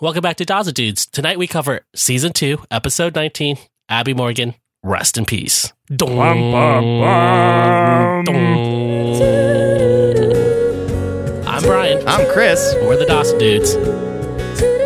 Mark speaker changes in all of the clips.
Speaker 1: Welcome back to Daza Dudes. Tonight we cover season two, episode 19, Abby Morgan, rest in peace. Dong,
Speaker 2: bum, bum.
Speaker 1: dong. I'm Brian.
Speaker 2: I'm Chris.
Speaker 1: We're the Daza Dudes.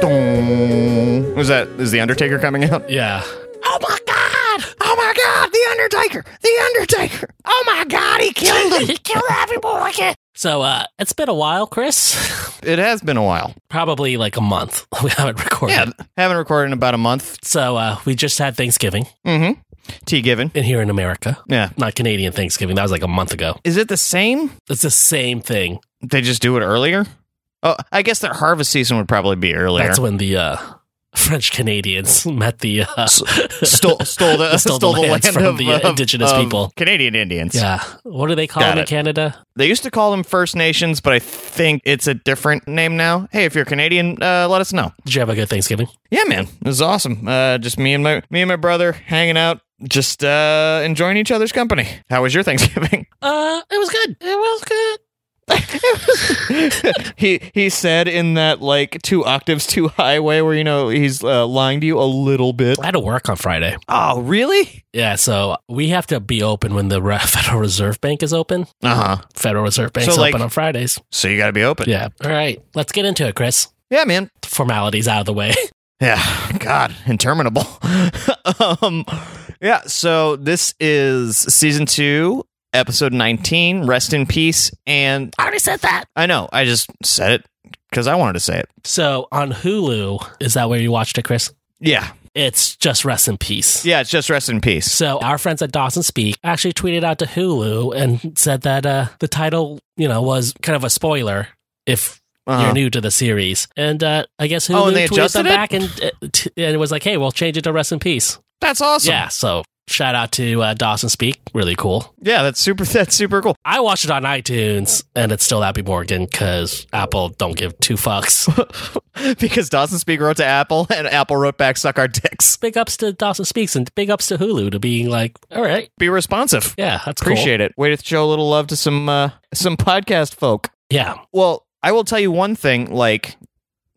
Speaker 2: Dong. Was that is the Undertaker coming out?
Speaker 1: Yeah.
Speaker 2: Oh my god! Oh my god! The Undertaker! The Undertaker! Oh my god! He killed him! he killed Abby Morgan!
Speaker 1: So uh, it's been a while, Chris.
Speaker 2: It has been a while.
Speaker 1: Probably like a month. We haven't recorded.
Speaker 2: Yeah, haven't recorded in about a month.
Speaker 1: So uh, we just had Thanksgiving
Speaker 2: Mm-hmm. Tea given.
Speaker 1: in here in America.
Speaker 2: Yeah.
Speaker 1: Not Canadian Thanksgiving. That was like a month ago.
Speaker 2: Is it the same?
Speaker 1: It's the same thing.
Speaker 2: They just do it earlier. Oh, I guess their harvest season would probably be earlier.
Speaker 1: That's when the uh, French Canadians met the uh,
Speaker 2: stole stole the
Speaker 1: Stole
Speaker 2: stole,
Speaker 1: the
Speaker 2: the
Speaker 1: lands
Speaker 2: land
Speaker 1: from
Speaker 2: of
Speaker 1: the, uh,
Speaker 2: of-
Speaker 1: indigenous
Speaker 2: of
Speaker 1: people.
Speaker 2: Canadian Indians.
Speaker 1: yeah. What do they call
Speaker 2: Got
Speaker 1: it in
Speaker 2: it.
Speaker 1: Canada?
Speaker 2: They used to call them First Nations, but I think it's a different name now. Hey, if you're Canadian, uh, let us know.
Speaker 1: Did you have a good Thanksgiving?
Speaker 2: Yeah, man, it was awesome. Uh, just me and my me and my brother hanging out, just uh, enjoying each other's company. How was your Thanksgiving?
Speaker 1: Uh, it was good. It was good.
Speaker 2: he he said in that like two octaves too high way, where you know he's uh, lying to you a little bit.
Speaker 1: I had to work on Friday.
Speaker 2: Oh, really?
Speaker 1: Yeah, so we have to be open when the Re- Federal Reserve Bank is open.
Speaker 2: Uh huh.
Speaker 1: Federal Reserve Bank's
Speaker 2: So, like-
Speaker 1: open on Fridays.
Speaker 2: So you got to be open.
Speaker 1: Yeah. All right. Let's get into it, Chris.
Speaker 2: yeah, man.
Speaker 1: Formalities out of the way.
Speaker 2: Yeah, God, interminable. um, yeah, so this is season two, episode 19, Rest in Peace. And
Speaker 1: I already said that.
Speaker 2: I know, I just said it because I wanted to say it.
Speaker 1: So on Hulu, is that where you watched it, Chris?
Speaker 2: Yeah,
Speaker 1: It's just rest in peace.
Speaker 2: yeah, it's just Rest in Peace.
Speaker 1: So our friends at Dawson Speak actually tweeted out to Hulu and said that uh, the title, you know, was kind of a spoiler if you're
Speaker 2: Uh-huh.
Speaker 1: new to the series. And uh, I guess Hulu
Speaker 2: Oh, and they
Speaker 1: tweeted them
Speaker 2: adjusted it?
Speaker 1: back and, uh, t- and it was like, hey, we'll change it to Rest in Peace.
Speaker 2: That's awesome.
Speaker 1: Yeah, so shout out to uh, Dawson Speak. Really cool.
Speaker 2: Yeah, that's super, that's super cool.
Speaker 1: I watched it on iTunes and it's still Abby Morgan because Apple don't give two fucks.
Speaker 2: because Dawson Speak wrote to Apple and Apple wrote back, suck our dicks.
Speaker 1: big ups to Dawson Speaks and big ups to Hulu to being like, all right,
Speaker 2: Be responsive.
Speaker 1: yeah, that's cool.
Speaker 2: Appreciate it. Way to show a little love to some, uh, some podcast folk.
Speaker 1: Yeah,
Speaker 2: Well, I will tell you one thing, like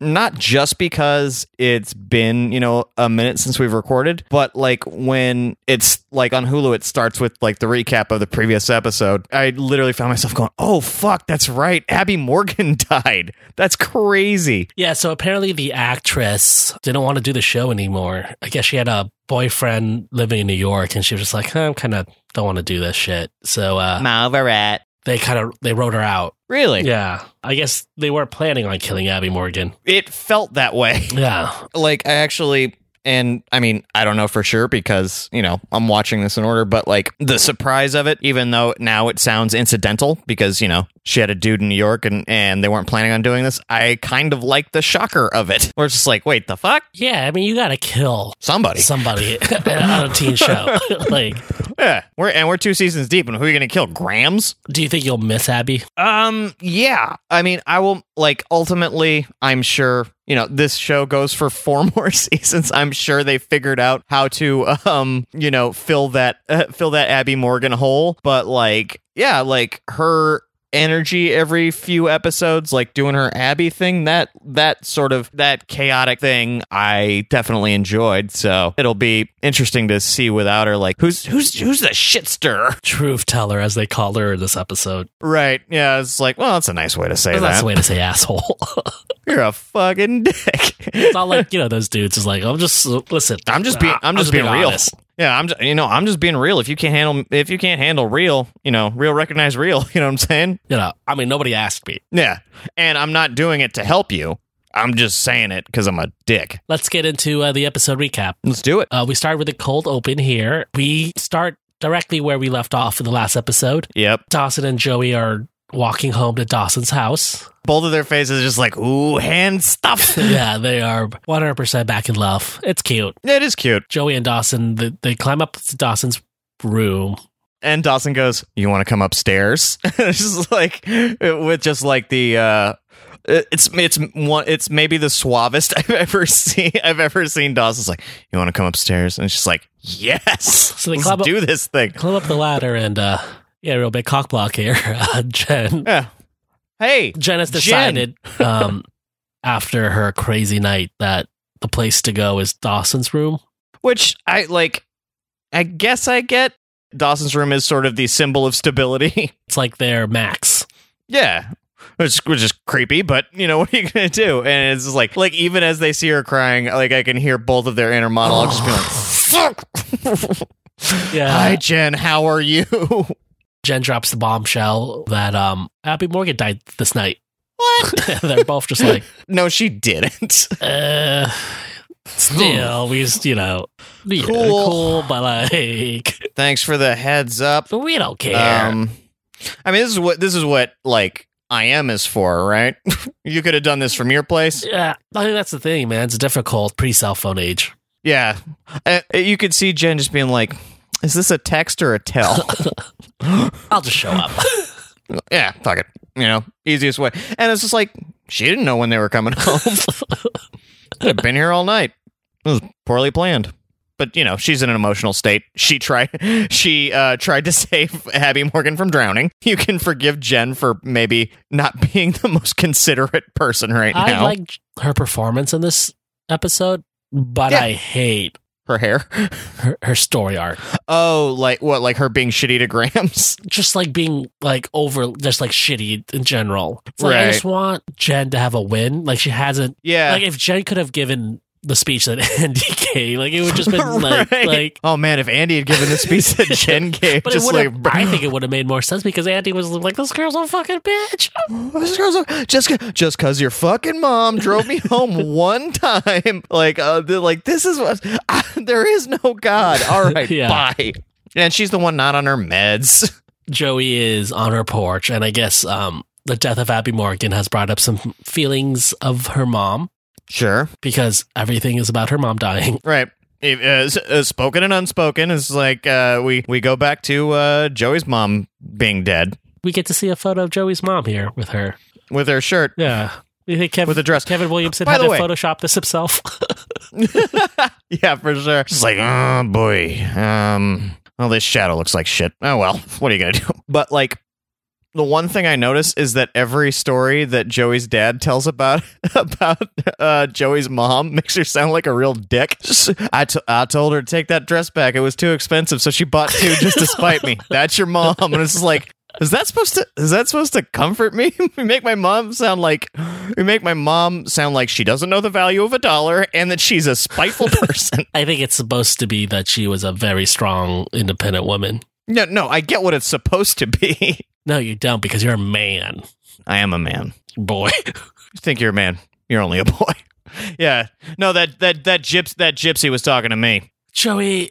Speaker 2: not just because it's been, you know, a minute since we've recorded, but like when it's like on Hulu it starts with like the recap of the previous episode. I literally found myself going, "Oh fuck, that's right. Abby Morgan died. That's crazy."
Speaker 1: Yeah, so apparently the actress didn't want to do the show anymore. I guess she had a boyfriend living in New York and she was just like, huh, I'm kind of don't want to do this shit. So uh,
Speaker 2: Malvarat.
Speaker 1: they kind of they wrote her out.
Speaker 2: Really?
Speaker 1: Yeah. I guess they weren't planning on killing Abby Morgan.
Speaker 2: It felt that way.
Speaker 1: Yeah.
Speaker 2: like I actually and I mean, I don't know for sure because, you know, I'm watching this in order, but like the surprise of it, even though now it sounds incidental because, you know, she had a dude in New York and, and they weren't planning on doing this, I kind of like the shocker of it. We're just like, wait, the fuck?
Speaker 1: Yeah, I mean you got to kill
Speaker 2: Somebody.
Speaker 1: somebody on a teen show. like,
Speaker 2: Yeah. We're and we're two seasons deep and who are you gonna kill? Grams?
Speaker 1: do you think you'll miss Abby?
Speaker 2: Um, yeah. I mean, I will like ultimately, I'm sure, you know, this show goes for four more seasons. I'm sure they figured out how to um, you know, fill that uh, fill that Abby Morgan hole, but like yeah, like her energy every few episodes like doing her Abby thing, that that sort of that chaotic thing I definitely enjoyed. So, it'll be interesting to see without her like who's who's who's the shit stirrer?
Speaker 1: Truth teller as they called her in this episode.
Speaker 2: Right. Yeah, it's like, well, that's a nice way to say
Speaker 1: That's
Speaker 2: that.
Speaker 1: the way to say asshole.
Speaker 2: You're a fucking dick.
Speaker 1: it's not like, you know, those dudes is like, I'm just listen.
Speaker 2: I'm just being. I'm, just, being, real.
Speaker 1: honest.
Speaker 2: Yeah, I'm. Just, you know, I'm just being real. If you can't handle, if you can't handle real, you know, real recognize real. You know what I'm saying?
Speaker 1: You know, I mean, nobody asked me.
Speaker 2: Yeah. And I'm not doing it to help you. I'm just saying it because I'm a dick.
Speaker 1: Let's get into uh, the episode recap.
Speaker 2: Let's do it.
Speaker 1: Uh, we start with a cold open here. We start directly where we left off in the last episode.
Speaker 2: Yep.
Speaker 1: Dawson and Joey are walking home to Dawson's house.
Speaker 2: Both of their faces are just like ooh hand stuff.
Speaker 1: yeah, they are 100% back in love. It's cute.
Speaker 2: it is cute.
Speaker 1: Joey and Dawson, they, they climb up to Dawson's room.
Speaker 2: And Dawson goes, "You want to come upstairs?" it's just like with just like the. uh It- It's it's one it's maybe the suavest I've ever seen I've ever seen Dawson's like, You wanna come upstairs? And she's like, Yes.
Speaker 1: So they
Speaker 2: let's
Speaker 1: climb up-
Speaker 2: do this thing.
Speaker 1: Climb up the ladder and uh yeah, real big cock block here. Uh, Jen
Speaker 2: Yeah. Hey,
Speaker 1: Jen has
Speaker 2: Jen.
Speaker 1: decided um after her crazy night that the place to go is Dawson's room.
Speaker 2: Which I like. I guess I get. Dawson's room is sort of the symbol of stability.
Speaker 1: It's like their max.
Speaker 2: yeah. Which, which is creepy, but you know what are you gonna do? And it's just like, like even as they see her crying, like I can hear both of their inner monologues just be like, "Fuck."
Speaker 1: Yeah.
Speaker 2: Hi, Jen. How are you?
Speaker 1: Jen drops the bombshell that um Abby Morgan died this night.
Speaker 2: what?
Speaker 1: They're both just like
Speaker 2: No, she didn't.
Speaker 1: uh still we just you know yeah,
Speaker 2: Cool.
Speaker 1: cool but like
Speaker 2: Thanks for the heads up.
Speaker 1: we don't care.
Speaker 2: Um, I mean, this is what this is what like I am is for, right? you could have done this from your place.
Speaker 1: yeah, I think that's the thing, man. It's difficult pre cell phone age.
Speaker 2: Yeah. Uh, you could see Jen just being like, is this a text or a tell?
Speaker 1: I'll just show up.
Speaker 2: yeah, fuck it. You know, easiest way. And it's just like, she didn't know when they were coming home. Could have been here all night. It was poorly planned. But, you know, she's in an emotional state. She tried she uh, tried to save Abby Morgan from drowning. You can forgive Jen for maybe not being the most considerate person right
Speaker 1: I
Speaker 2: now.
Speaker 1: liked her performance in this episode, but
Speaker 2: Yeah.
Speaker 1: I hate
Speaker 2: her hair.
Speaker 1: her, her story arc.
Speaker 2: Oh, like what? Like her being shitty to Grams?
Speaker 1: Just like being like over, just like shitty in general. It's like, I
Speaker 2: Right.
Speaker 1: just want Jen to have a win. Like she hasn't.
Speaker 2: Yeah.
Speaker 1: Like if Jen could have given the speech that Andy gave, like it would just been like
Speaker 2: Right.
Speaker 1: like.
Speaker 2: oh man, if Andy had given the speech that Jen gave,
Speaker 1: But
Speaker 2: just
Speaker 1: it
Speaker 2: like
Speaker 1: would have I think it would have made more sense because Andy was like, "This girl's a fucking bitch."
Speaker 2: This girl's a- just c- just cause your fucking mom drove me home one time, like uh, they're like this is what uh, there is no god. All right,
Speaker 1: Yeah.
Speaker 2: bye. And she's the one not on her meds.
Speaker 1: Joey is on her porch, and I guess um, the death of Abby Morgan has brought up some feelings of her mom
Speaker 2: Sure,
Speaker 1: because everything is about her mom dying.
Speaker 2: right. If, uh, s- uh, spoken and unspoken is like uh, we we go back to uh, Joey's mom being dead
Speaker 1: We get to see a photo of Joey's mom here with her.
Speaker 2: with her shirt
Speaker 1: Yeah. You think Kevin,
Speaker 2: with a dress.
Speaker 1: Kevin Williamson
Speaker 2: By
Speaker 1: had
Speaker 2: the
Speaker 1: to
Speaker 2: way-
Speaker 1: Photoshop this himself?
Speaker 2: yeah, for sure. Just like, oh boy. Um, well, this shadow looks like shit. Oh well, what are you gonna do? But like, the one thing I notice is that every story that Joey's dad tells about about uh, Joey's mom makes her sound like a real dick. I, t- I told her to take that dress back. It was too expensive, so she bought two just to spite me. That's your mom, and it's just like. Is that supposed to is that supposed to comfort me? we make my mom sound like we make my mom sound like she doesn't know the value of a dollar and that she's a spiteful person.
Speaker 1: I think it's supposed to be that she was a very strong, independent woman.
Speaker 2: No, no, I get what it's supposed to be.
Speaker 1: No, you don't because you're a man,
Speaker 2: I am a man.
Speaker 1: boy.
Speaker 2: You think you're a man. You're only a boy. Yeah. No, that that that gyps that gypsy was talking to me.
Speaker 1: Joey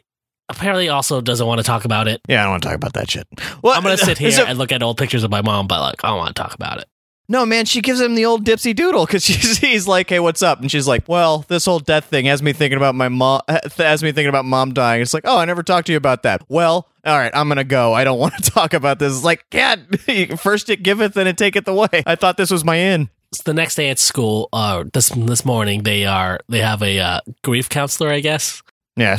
Speaker 1: apparently also doesn't want to talk about it.
Speaker 2: Yeah, I don't want to talk about that shit. Well,
Speaker 1: I'm going to sit here
Speaker 2: so-
Speaker 1: and look at old pictures of my mom, but like, I don't want to talk about it.
Speaker 2: no, man, she gives him the old dipsy doodle because she's he's like, "Hey, what's up?" And she's like, "Well, this whole death thing has me thinking about my mom. Has me thinking about mom dying." It's like, "Oh, I never talked to you about that." Well, all right, I'm gonna go. I don't want to talk about this. It's like, yeah, first it giveth and it taketh away. I thought this was my in.
Speaker 1: So the next day at school, uh, this this morning, they are they have a uh, grief counselor, I guess.
Speaker 2: Yeah.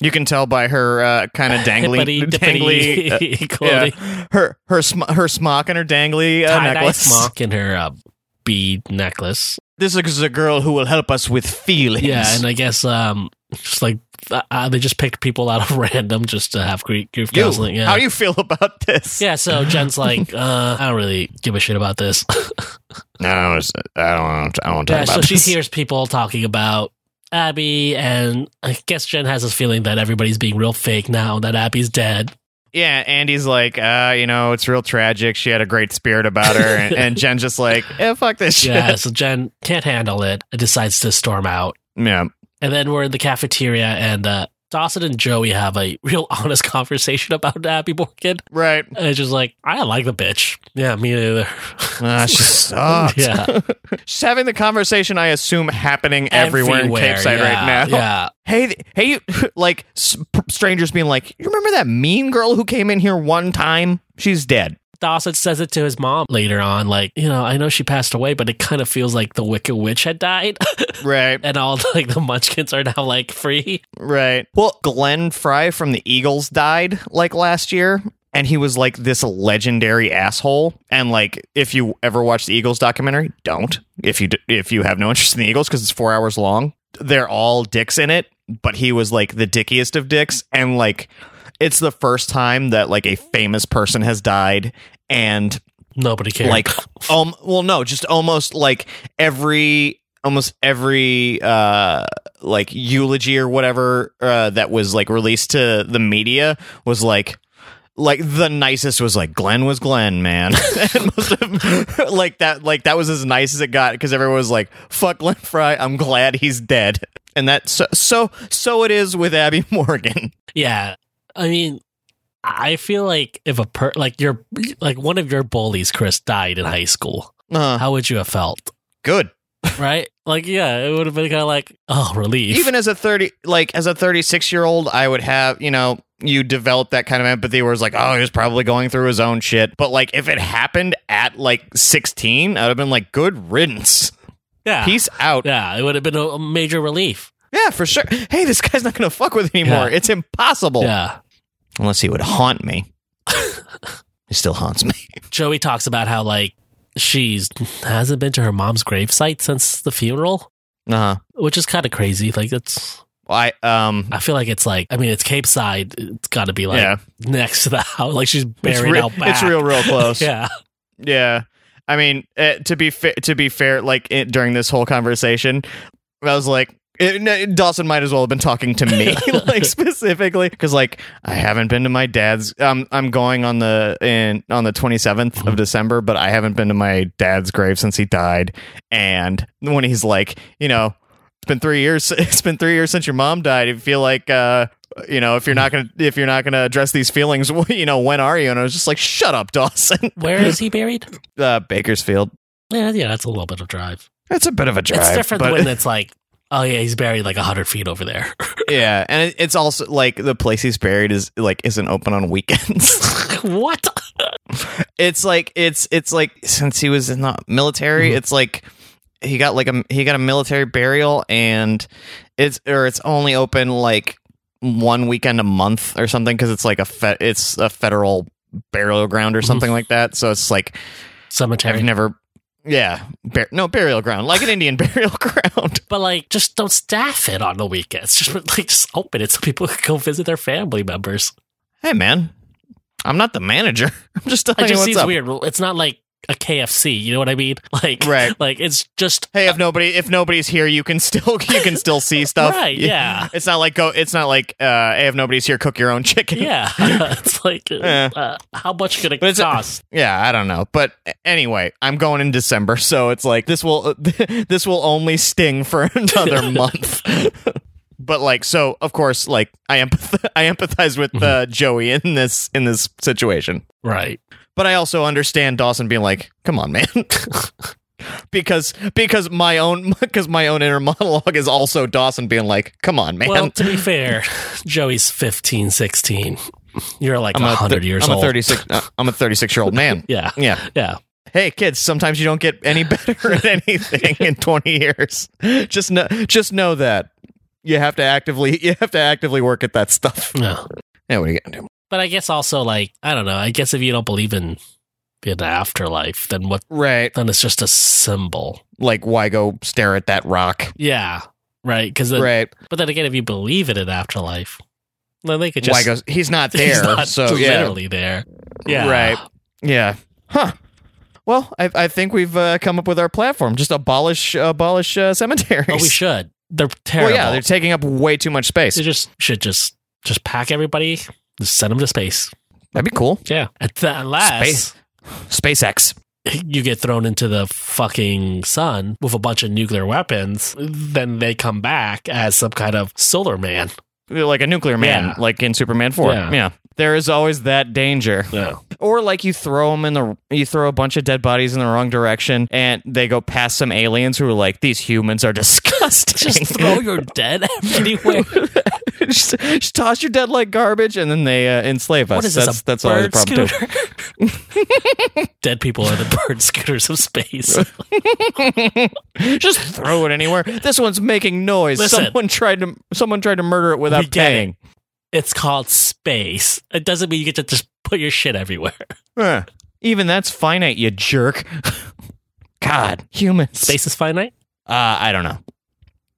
Speaker 2: You can tell by her uh, kind of dangly,
Speaker 1: Hippity dippity
Speaker 2: dangly, uh, yeah.
Speaker 1: clothing.
Speaker 2: her her sm- her smock and her dangly uh,
Speaker 1: tie-dye
Speaker 2: necklace.
Speaker 1: smock and her uh, bead necklace.
Speaker 2: This is a girl who will help us with feelings.
Speaker 1: Yeah, and I guess um, just like uh, uh, they just picked people out of random just to have grief, grief
Speaker 2: you,
Speaker 1: counseling. Yeah.
Speaker 2: how do you feel about this?
Speaker 1: yeah, so Jen's like, uh, I don't really give a shit about this.
Speaker 2: No, I don't. want to- I don't want to
Speaker 1: yeah, so she hears people talking about Abby, and I guess Jen has this feeling that everybody's being real fake now that Abby's dead.
Speaker 2: Yeah, Andy's like, uh, you know, it's real tragic. She had a great spirit about her, and, and Jen's just like, eh, fuck this shit.
Speaker 1: Yeah, so Jen can't handle it and decides to storm out.
Speaker 2: yeah.
Speaker 1: And then we're in the cafeteria, and uh, Dawson and Joey have a real honest conversation about Abby Morgan.
Speaker 2: right.
Speaker 1: And it's just like, I don't like the bitch. Yeah, me neither.
Speaker 2: Ah, she sucks.
Speaker 1: Yeah.
Speaker 2: She's having the conversation, I assume, happening everywhere, in Cape Side
Speaker 1: yeah,
Speaker 2: right now.
Speaker 1: Yeah.
Speaker 2: hey, th- hey, you, like s- p- strangers being like, you remember that mean girl who came in here one time? She's dead.
Speaker 1: Dawson says it to his mom later on, like, you know, I know she passed away, but it kind of feels like the Wicked Witch had died,
Speaker 2: Right,
Speaker 1: and all like the Munchkins are now like free.
Speaker 2: right. Well, Glenn Fry from the Eagles died like last year. And he was like this legendary asshole. And like, if you ever watch the Eagles documentary, don't. If you d- if you have no interest in the Eagles because it's four hours long, they're all dicks in it. But he was like the dickiest of dicks. And like, it's the first time that like a famous person has died, and
Speaker 1: Nobody cares.
Speaker 2: like um well no just almost like every almost every uh like eulogy or whatever uh that was like released to the media was like like the nicest was like Glenn was Glenn, man. And most of- like that, like that was as nice as it got because everyone was like, "Fuck Glenn Fry, I'm glad he's dead." And that so so so it is with Abby Morgan.
Speaker 1: yeah, I mean, I feel like if a per like your like one of your bullies, Chris, died in high school,
Speaker 2: Uh,
Speaker 1: how would you have felt?
Speaker 2: good.
Speaker 1: Right? Like, yeah, it would have been kind of like, oh, relief.
Speaker 2: even as a 30 like as a 36 year old i would have you know you develop that kind of empathy where it's like oh he was probably going through his own shit but like if it happened at like 16 i'd have been like good riddance
Speaker 1: yeah,
Speaker 2: peace out yeah,
Speaker 1: Ah. yeah, it would have been a- a major relief.
Speaker 2: for sure hey this guy's not gonna fuck with anymore
Speaker 1: Yeah.
Speaker 2: it's impossible
Speaker 1: Yeah.
Speaker 2: unless he would haunt me he still haunts me
Speaker 1: Joey talks about how like she's hasn't been to her mom's gravesite since the funeral,
Speaker 2: uh-huh
Speaker 1: which is kind of crazy. Like it's
Speaker 2: i um
Speaker 1: I feel like it's like I mean it's Cape Side, it's got to be like
Speaker 2: yeah
Speaker 1: next to the house. Like she's
Speaker 2: it's,
Speaker 1: buried
Speaker 2: real
Speaker 1: out back.
Speaker 2: it's real real close
Speaker 1: Yeah.
Speaker 2: Yeah, I mean, uh, to be fa- to be fair, like it, during this whole conversation, I was like, it, no, Dawson might as well have been talking to me, like specifically, because like I haven't been to my dad's. Um, I'm going on the in on the 27th of December, but I haven't been to my dad's grave since he died. And when he's like, you know, it's been three years. It's been three years since your mom died. You feel like. uh you know, if you're not gonna if you're not gonna address these feelings, you know, when are you? And I was just like, "Shut up, Dawson."
Speaker 1: Where is he buried?
Speaker 2: uh, Bakersfield.
Speaker 1: Yeah, yeah, that's a little bit of drive.
Speaker 2: It's a bit of a drive.
Speaker 1: it's different
Speaker 2: but
Speaker 1: when it's like, oh yeah, he's buried like hundred feet over there.
Speaker 2: yeah, and it, it's also like the place he's buried is like isn't open on weekends.
Speaker 1: what?
Speaker 2: it's like it's it's like since he was in the military,
Speaker 1: Mhm.
Speaker 2: it's like he got like a he got a military burial, and it's or it's only open like one weekend a month or something because it's like a fe- it's a federal burial ground or
Speaker 1: Mhm.
Speaker 2: something like that. So it's like I've
Speaker 1: Cemetery.
Speaker 2: never. Yeah, bur- no burial ground, like an Indian burial ground.
Speaker 1: But like, just don't staff it on the weekends. Just like, just open it so people can go visit their family members.
Speaker 2: Hey man, I'm not the manager. I'm just telling
Speaker 1: It
Speaker 2: you
Speaker 1: just
Speaker 2: what's
Speaker 1: seems
Speaker 2: up.
Speaker 1: weird. It's not like a KFC. You know what I mean? Like,
Speaker 2: Right.
Speaker 1: like it's just
Speaker 2: Hey, if nobody if nobody's here, you can still you can still see stuff.
Speaker 1: right. Yeah,
Speaker 2: It's not like go. It's not like uh, hey, if nobody's here, cook your own chicken.
Speaker 1: yeah. it's like,
Speaker 2: Yeah.
Speaker 1: uh, how much could it
Speaker 2: But it's a-
Speaker 1: cost?
Speaker 2: Yeah, I don't know, but anyway, I'm going in December, so it's like this will this will only sting for another month. But like, so of course, like I empath- I empathize with uh, Joey in this in this situation.
Speaker 1: right.
Speaker 2: But I also understand Dawson being like, "Come on, man," because because my own because my own inner monologue is also Dawson being like, "Come on, man."
Speaker 1: Well, to be fair, Joey's 15, 16. You're like
Speaker 2: a thir-
Speaker 1: 100 years
Speaker 2: I'm
Speaker 1: old.
Speaker 2: a 36. uh, I'm a 36 year old man.
Speaker 1: Yeah.
Speaker 2: Yeah.
Speaker 1: Yeah.
Speaker 2: Hey, kids. Sometimes you don't get any better at anything in 20 years. Just know. Just know that you have to actively. You have to actively work at that stuff.
Speaker 1: No.
Speaker 2: Yeah. What are you gonna do?
Speaker 1: But I guess also, like, I don't know. I guess if you don't believe in in the afterlife, then what?
Speaker 2: Right.
Speaker 1: Then it's just a symbol.
Speaker 2: Like, why go stare at that rock?
Speaker 1: Yeah. Right. Because then,
Speaker 2: right.
Speaker 1: but then again, if you believe in an afterlife, then they could just
Speaker 2: why go? He's not there.
Speaker 1: He's not
Speaker 2: so yeah.
Speaker 1: literally there. Yeah.
Speaker 2: Right. Yeah. Huh. Well, I, I think we've uh, come up with our platform. Just abolish abolish uh, cemeteries.
Speaker 1: But Oh, we should. They're
Speaker 2: well,
Speaker 1: terrible.
Speaker 2: yeah, they're
Speaker 1: they
Speaker 2: taking up way too much space.
Speaker 1: just should just just pack everybody, just send them to space.
Speaker 2: That'd be cool.
Speaker 1: Yeah. At the, unless
Speaker 2: SpaceX.
Speaker 1: you get thrown into the fucking sun with a bunch of nuclear weapons, then they come back as some kind of solar man.
Speaker 2: Like a nuclear man,
Speaker 1: Yeah.
Speaker 2: like in Superman 4.
Speaker 1: Yeah.
Speaker 2: There is always that danger.
Speaker 1: No.
Speaker 2: or like you throw them in the you throw a bunch of dead bodies in the wrong direction and they go past some aliens who are like these humans are disgusting.
Speaker 1: Just throw your dead everywhere.
Speaker 2: just, just toss your dead like garbage and then they uh, enslave us.
Speaker 1: What is this?
Speaker 2: that's
Speaker 1: a
Speaker 2: that's
Speaker 1: bird
Speaker 2: always the problem. too.
Speaker 1: scooter? dead people are the bird scooters of space.
Speaker 2: Just throw it anywhere. This one's making noise.
Speaker 1: Listen.
Speaker 2: someone tried to someone tried to murder it
Speaker 1: We get
Speaker 2: without
Speaker 1: it.
Speaker 2: paying.
Speaker 1: It's called space. It doesn't mean you get to just put your shit everywhere.
Speaker 2: Huh. Even that's finite, you jerk. God, humans.
Speaker 1: Space is finite.
Speaker 2: Uh, I don't know.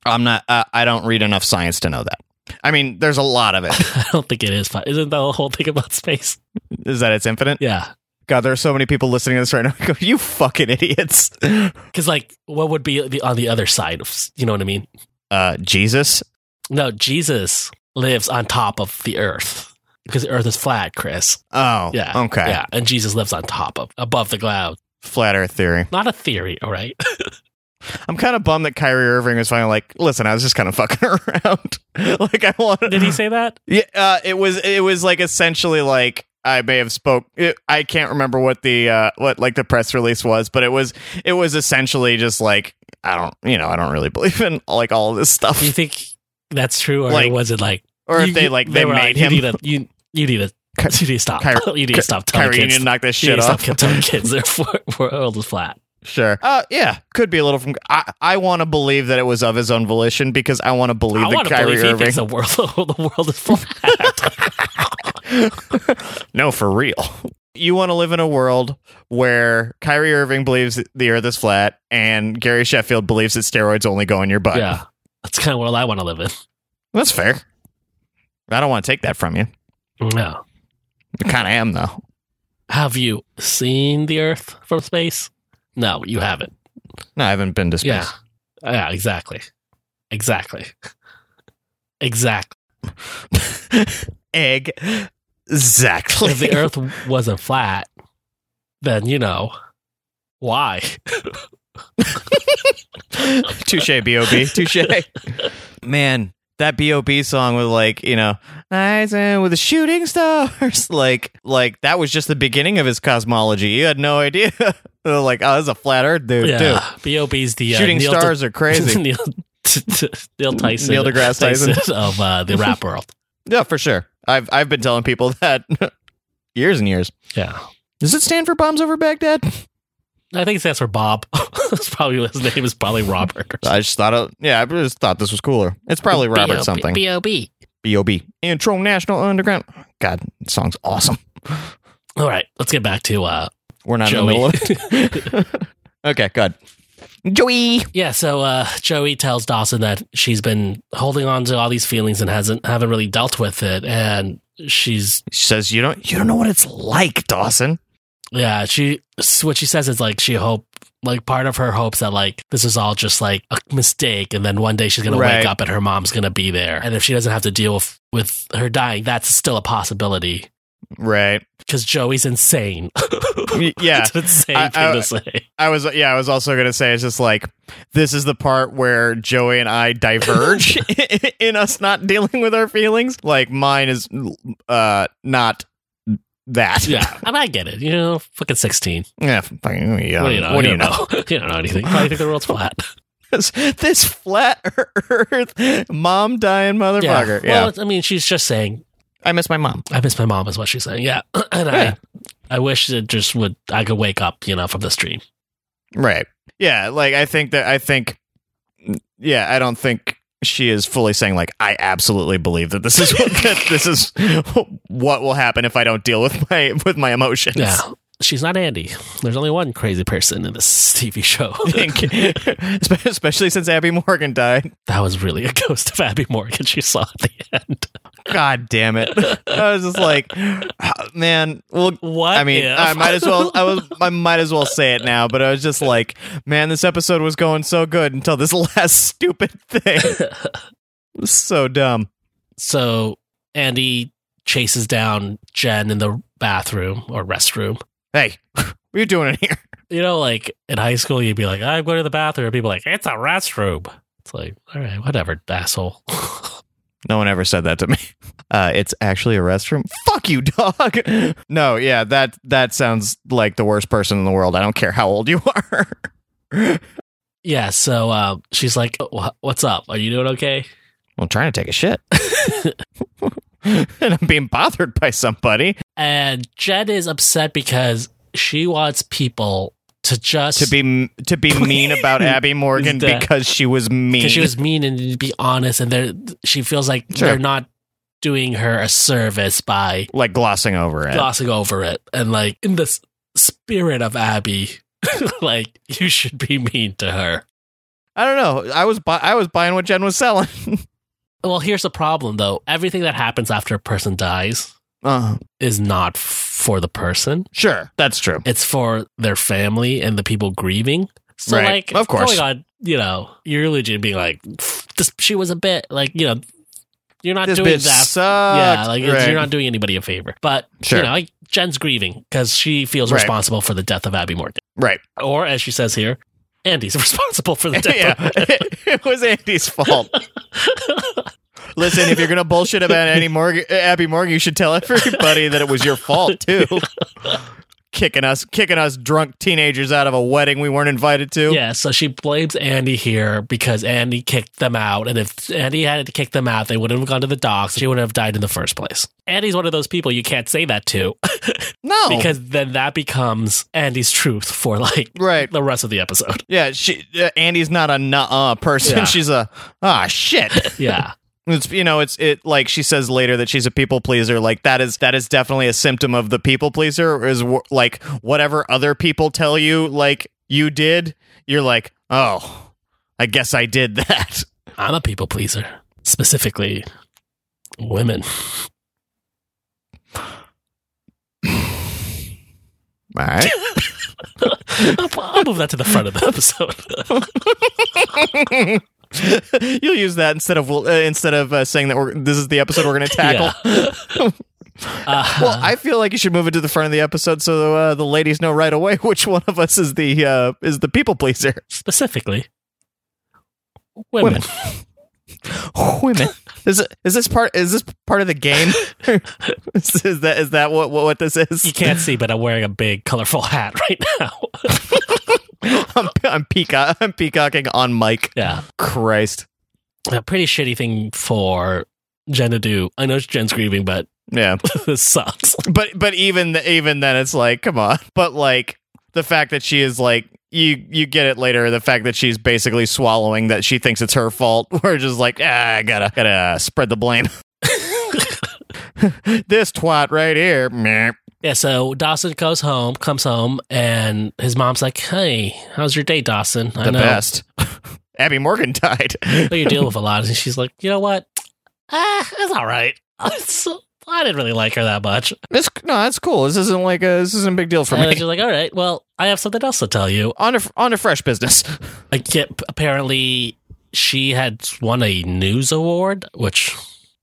Speaker 2: I'm not. Uh, I don't read enough science to know that. I mean, there's a lot of it.
Speaker 1: I don't think it is. Fi- Isn't that the whole thing about space?
Speaker 2: Is that it's infinite?
Speaker 1: Yeah,
Speaker 2: God, there are so many people listening to this right now. Go, you fucking idiots.
Speaker 1: because like, what would be the, on the other side of? s- You know what I mean?
Speaker 2: Uh, Jesus.
Speaker 1: No, Jesus lives on top of the Earth because the Earth is flat, Chris.
Speaker 2: Oh,
Speaker 1: Yeah.
Speaker 2: Okay.
Speaker 1: Yeah, and Jesus lives on top of above the cloud.
Speaker 2: Flat Earth theory.
Speaker 1: Not a theory, all right.
Speaker 2: I'm kind of bummed that Kyrie Irving was finally like, listen, I was just kind of fucking around. like I wanted.
Speaker 1: Did he say that?
Speaker 2: Yeah, uh, it was it was like essentially like I may have spoke. It, I can't remember what the uh, what like the press release was, but it was it was essentially just like I don't you know I don't really believe in like all of this stuff.
Speaker 1: Do you think that's true, or
Speaker 2: Like,
Speaker 1: was it like,
Speaker 2: Or if
Speaker 1: you-
Speaker 2: they like they,
Speaker 1: were
Speaker 2: made
Speaker 1: like, you Need
Speaker 2: him
Speaker 1: a, you you need a you need to stop.
Speaker 2: Ky-
Speaker 1: you need to stop telling
Speaker 2: Kyrie, you need
Speaker 1: kids.
Speaker 2: to knock this
Speaker 1: you need
Speaker 2: shit
Speaker 1: to stop
Speaker 2: off.
Speaker 1: telling kids their wor- world is flat.
Speaker 2: Sure. Uh, yeah, could be a little from. I, I want to believe that it was of his own volition because I want to believe
Speaker 1: I
Speaker 2: that
Speaker 1: want to
Speaker 2: Kyrie
Speaker 1: believe he
Speaker 2: Irving.
Speaker 1: thinks the world the world is flat.
Speaker 2: No, for real. You want to live in a world where Kyrie Irving believes the earth is flat and Gary Sheffield believes that steroids only go in your butt.
Speaker 1: yeah, that's kind of world I want to live in.
Speaker 2: That's fair. I don't want to take that from you.
Speaker 1: No.
Speaker 2: I kind of am, though.
Speaker 1: Have you seen the Earth from space? No, you haven't.
Speaker 2: No, I haven't been to space.
Speaker 1: Yeah. Yeah, exactly. Exactly. Exactly.
Speaker 2: Egg. Exactly.
Speaker 1: If the Earth wasn't flat, then you know why.
Speaker 2: Touche, B.O.B. Touche. Man, that B.O.B. song was like, you know, eyes in with the shooting stars. Like, like that was just the beginning of his cosmology. You had no idea. like, oh, this is a flat earth dude, too.
Speaker 1: Yeah. BOB's the uh,
Speaker 2: shooting
Speaker 1: Neil
Speaker 2: stars are crazy.
Speaker 1: Neil, Neil Tyson.
Speaker 2: Neil deGrasse Tyson.
Speaker 1: of uh, the rap world.
Speaker 2: yeah, for sure. I've I've been telling people that years and years.
Speaker 1: Yeah.
Speaker 2: Does it stand for bombs over Baghdad?
Speaker 1: I think it stands for Bob. That's probably his name is probably Robert. Or
Speaker 2: I just thought, it, yeah, I just thought this was cooler. It's probably Robert something.
Speaker 1: B.O.B.
Speaker 2: B.O.B. Intro National Underground. God, this song's awesome.
Speaker 1: All right, let's get back to uh,
Speaker 2: We're not
Speaker 1: Joey.
Speaker 2: in the middle of it. okay, good. Joey.
Speaker 1: Yeah, so uh, Joey tells Dawson that she's been holding on to all these feelings and hasn't haven't really dealt with it, and she's
Speaker 2: She says, "You don't, you don't know what it's like, Dawson."
Speaker 1: yeah she what she says is like she hope like part of her hopes that like this is all just like a mistake, and then one day she's gonna
Speaker 2: Right.
Speaker 1: wake up and her mom's gonna be there, and if she doesn't have to deal with with her dying, that's still a possibility
Speaker 2: Right.
Speaker 1: because Joey's insane.
Speaker 2: Y- Yeah.
Speaker 1: it's an insane
Speaker 2: I-
Speaker 1: thing
Speaker 2: I-
Speaker 1: to say.
Speaker 2: I was. Yeah, I was also gonna say it's just like this is the part where Joey and I diverge in us not dealing with our feelings. Like mine is uh not that.
Speaker 1: Yeah, and I get it. You know, fucking sixteen.
Speaker 2: Yeah. Fucking, yeah.
Speaker 1: what do you know? you don't know? you don't know anything. You probably think the world's flat.
Speaker 2: this, this flat earth mom dying motherfucker. Yeah.
Speaker 1: Well, I mean, she's just saying,
Speaker 2: I miss my mom.
Speaker 1: I miss my mom, is what she's saying. Yeah. and
Speaker 2: Yeah.
Speaker 1: I, I wish it just would, I could wake up, you know, from this dream.
Speaker 2: Right. Yeah. Like, I think that, I think, yeah, I don't think she is fully saying, like, I absolutely believe that this is what, that this is what will happen if I don't deal with my, with my emotions.
Speaker 1: Yeah. She's not Andy. There's only one crazy person in this TV show.
Speaker 2: I think, espe- especially since Abby Morgan died.
Speaker 1: that was really a ghost of Abby Morgan she saw at the end.
Speaker 2: God damn it. I was just like, "Ah, man, well,
Speaker 1: What?
Speaker 2: I mean,
Speaker 1: if-
Speaker 2: I might as well. I was. I might as well say it now. But I was just like, man, this episode was going so good until this last stupid thing. so dumb.
Speaker 1: so Andy chases down Jen in the bathroom or restroom.
Speaker 2: Hey, what are you doing in here?
Speaker 1: You know, like in high school, you'd be like, I'm going to the bathroom. And people are like, it's a restroom. It's like, all right, whatever, asshole.
Speaker 2: No one ever said that to me. Uh, it's actually a restroom. Fuck you, dog. No, yeah, that that sounds like the worst person in the world. I don't care how old you are.
Speaker 1: Yeah, so uh, she's like, "Wha- "What's up? Are you doing okay?"
Speaker 2: I'm trying to take a shit, and I'm being bothered by somebody
Speaker 1: And Jed is upset because she wants people to just
Speaker 2: to be to be mean about Abby Morgan
Speaker 1: That-
Speaker 2: because she was mean.
Speaker 1: because she was mean and to be honest, and they're she feels like
Speaker 2: Sure.
Speaker 1: they're not doing her a service by
Speaker 2: like glossing over it.
Speaker 1: glossing over it, and like in the s- spirit of Abby, like you should be mean to her.
Speaker 2: I don't know. I was bu- I was buying what Jen was selling.
Speaker 1: Well, here's the problem though: everything that happens after a person dies
Speaker 2: uh,
Speaker 1: is not for the person;
Speaker 2: sure, that's true.
Speaker 1: it's for their family and the people grieving. So,
Speaker 2: Right.
Speaker 1: like,
Speaker 2: Of course.
Speaker 1: going on, you know, your religion being like, this, she was a bit like, you know, you're not
Speaker 2: this
Speaker 1: doing
Speaker 2: bitch
Speaker 1: that
Speaker 2: sucked.
Speaker 1: Yeah, like it's-
Speaker 2: Right.
Speaker 1: you're not doing anybody a favor. But
Speaker 2: Sure.
Speaker 1: you know, like Jen's grieving because she feels
Speaker 2: Right.
Speaker 1: responsible for the death of Abby Morgan,
Speaker 2: right.
Speaker 1: or as she says here, Andy's responsible for the death.
Speaker 2: yeah,
Speaker 1: of
Speaker 2: it was Andy's fault. Listen, if you're gonna bullshit about Andy Morgan, Abby Morgan, you should tell everybody that it was your fault too. kicking us, kicking us drunk teenagers out of a wedding we weren't invited to.
Speaker 1: Yeah, so she blames Andy here because Andy kicked them out, and if Andy had kicked them out, they wouldn't have gone to the docks. She wouldn't have died in the first place. Andy's one of those people you can't say that to
Speaker 2: No,
Speaker 1: because then that becomes Andy's truth for like
Speaker 2: right?
Speaker 1: the rest of the episode.
Speaker 2: Yeah, she, uh, Andy's not a nuh-uh person.
Speaker 1: Yeah.
Speaker 2: She's a ah shit.
Speaker 1: Yeah,
Speaker 2: It's you know, it's it like she says later that she's a people pleaser. Like that is that is definitely a symptom of the people pleaser. Is wh- like whatever other people tell you, like you did, you're like, oh, I guess I did that.
Speaker 1: I'm a people pleaser, specifically women.
Speaker 2: All right.
Speaker 1: I'll, I'll move that to the front of the episode.
Speaker 2: You'll use that instead of uh, instead of uh, saying that we're, this is the episode we're going to tackle.
Speaker 1: Uh,
Speaker 2: Well, I feel like you should move it to the front of the episode so uh, the ladies know right away which one of us is the uh, is the people pleaser.
Speaker 1: specifically, women.
Speaker 2: women. Is it, is this part is this part of the game? is, is that is that what what, what this is?
Speaker 1: You can't see, but I'm wearing a big, colorful hat right now.
Speaker 2: I'm I'm peacock I'm peacocking on mic.
Speaker 1: yeah,
Speaker 2: Christ.
Speaker 1: a pretty shitty thing for Jen to do. I know Jen's grieving, but
Speaker 2: Yeah.
Speaker 1: this sucks.
Speaker 2: But but even th- even then it's like come on. But like the fact that she is like you you get it later the fact that she's basically swallowing that she thinks it's her fault. We're just like ah, I gotta gotta spread the blame. this twat right here. Meh.
Speaker 1: Yeah, so Dawson goes home, comes home, and his mom's like, "Hey, how's your day, Dawson? I
Speaker 2: The
Speaker 1: know
Speaker 2: best. Abby Morgan died.
Speaker 1: I know you deal with a lot." And she's like, "You know what? Ah, it's all right. It's- I didn't really like her that much."
Speaker 2: This no, that's cool. This isn't like a this isn't a big deal for
Speaker 1: and
Speaker 2: me.
Speaker 1: she's like, "All right, well, I have something else to tell you.
Speaker 2: on a on a fresh business.
Speaker 1: I get, apparently, she had won a news award, which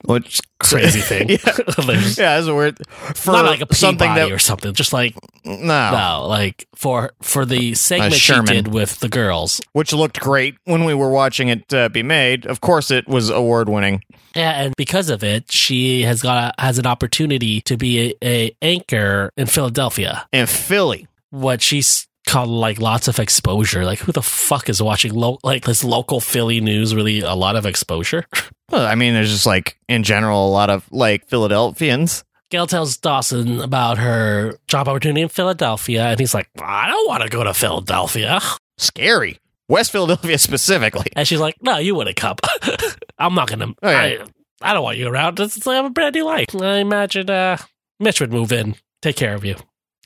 Speaker 2: Which
Speaker 1: crazy thing.
Speaker 2: yeah,
Speaker 1: There's-
Speaker 2: yeah, that's weird. For
Speaker 1: not like a
Speaker 2: something that
Speaker 1: Peabody or something, just like
Speaker 2: no,
Speaker 1: no, like for for the segment she
Speaker 2: Sherman.
Speaker 1: did with the girls.
Speaker 2: which looked great when we were watching it uh, be made. Of course, it was award winning.
Speaker 1: Yeah, and because of it, she has got a, has an opportunity to be a, a anchor in Philadelphia.
Speaker 2: And Philly,
Speaker 1: What she's called like lots of exposure. Like who the fuck is watching lo- like this local Philly news? Really, a lot of exposure.
Speaker 2: well, I mean, there's just like in general a lot of like Philadelphians.
Speaker 1: Gail tells Dawson about her job opportunity in Philadelphia, and he's like, I don't want to go to Philadelphia.
Speaker 2: Scary, West Philadelphia specifically.
Speaker 1: And she's like, No, you wouldn't come. I'm not going to.
Speaker 2: Oh, yeah.
Speaker 1: I, I don't want you around. This is, I have a brand new life. I imagine uh, Mitch would move in, take care of you.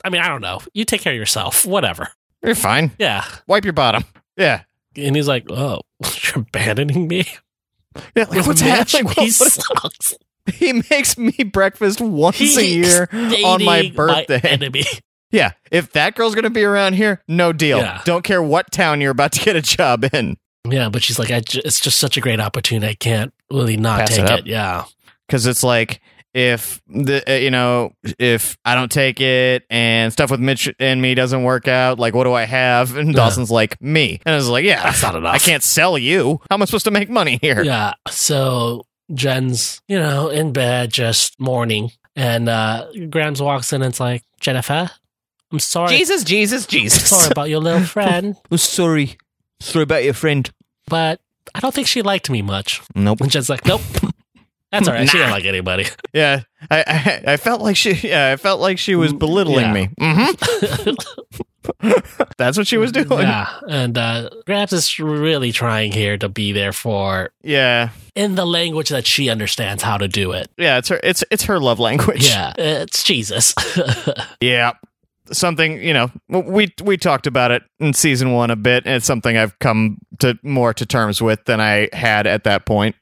Speaker 1: I mean, I don't know. You take care of yourself, whatever.
Speaker 2: You're fine.
Speaker 1: Yeah.
Speaker 2: Wipe your bottom. Yeah.
Speaker 1: And he's like, Oh, you're abandoning me?
Speaker 2: Yeah, like, what's
Speaker 1: Mitch?
Speaker 2: happening?
Speaker 1: He
Speaker 2: What-
Speaker 1: sucks.
Speaker 2: he makes me breakfast once a
Speaker 1: He is
Speaker 2: year on my
Speaker 1: Dating
Speaker 2: birthday.
Speaker 1: enemy.
Speaker 2: Yeah, if that girl's gonna be around here, no deal.
Speaker 1: Yeah.
Speaker 2: Don't care what town you're about to get a job in,
Speaker 1: Yeah, but she's like, I ju- It's just such a great opportunity. I can't really not
Speaker 2: Pass it
Speaker 1: take
Speaker 2: up.
Speaker 1: it. Yeah.
Speaker 2: because it's like if the uh, you know if I don't take it and stuff with Mitch and me doesn't work out, like what do I have? And
Speaker 1: Yeah.
Speaker 2: Dawson's like me, and I was like, yeah,
Speaker 1: That's not enough.
Speaker 2: I can't sell you. How am I supposed to make money here?
Speaker 1: Yeah. So Jen's, you know, in bed just mourning. And uh, Grimes walks in and it's like, Jennifer, I'm sorry.
Speaker 2: Jesus, Jesus, Jesus.
Speaker 1: Sorry about your little friend,
Speaker 2: I'm sorry. Sorry about your friend.
Speaker 1: but I don't think she liked me much.
Speaker 2: Nope.
Speaker 1: And Jen's like, nope. That's all right. She
Speaker 2: Nah.
Speaker 1: didn't like anybody.
Speaker 2: Yeah, I, I I felt like she yeah I felt like she was
Speaker 1: Mm,
Speaker 2: belittling
Speaker 1: yeah.
Speaker 2: me. hmm That's what she was doing. Yeah.
Speaker 1: Mm, yeah. And uh, Grimes is really trying here to be there for,
Speaker 2: yeah,
Speaker 1: in the language that she understands how to do it.
Speaker 2: It's her it's it's her love language.
Speaker 1: Yeah. It's Jesus.
Speaker 2: yeah. Something you know we we talked about it in season one a bit, and it's something I've come to more to terms with than I had at that point.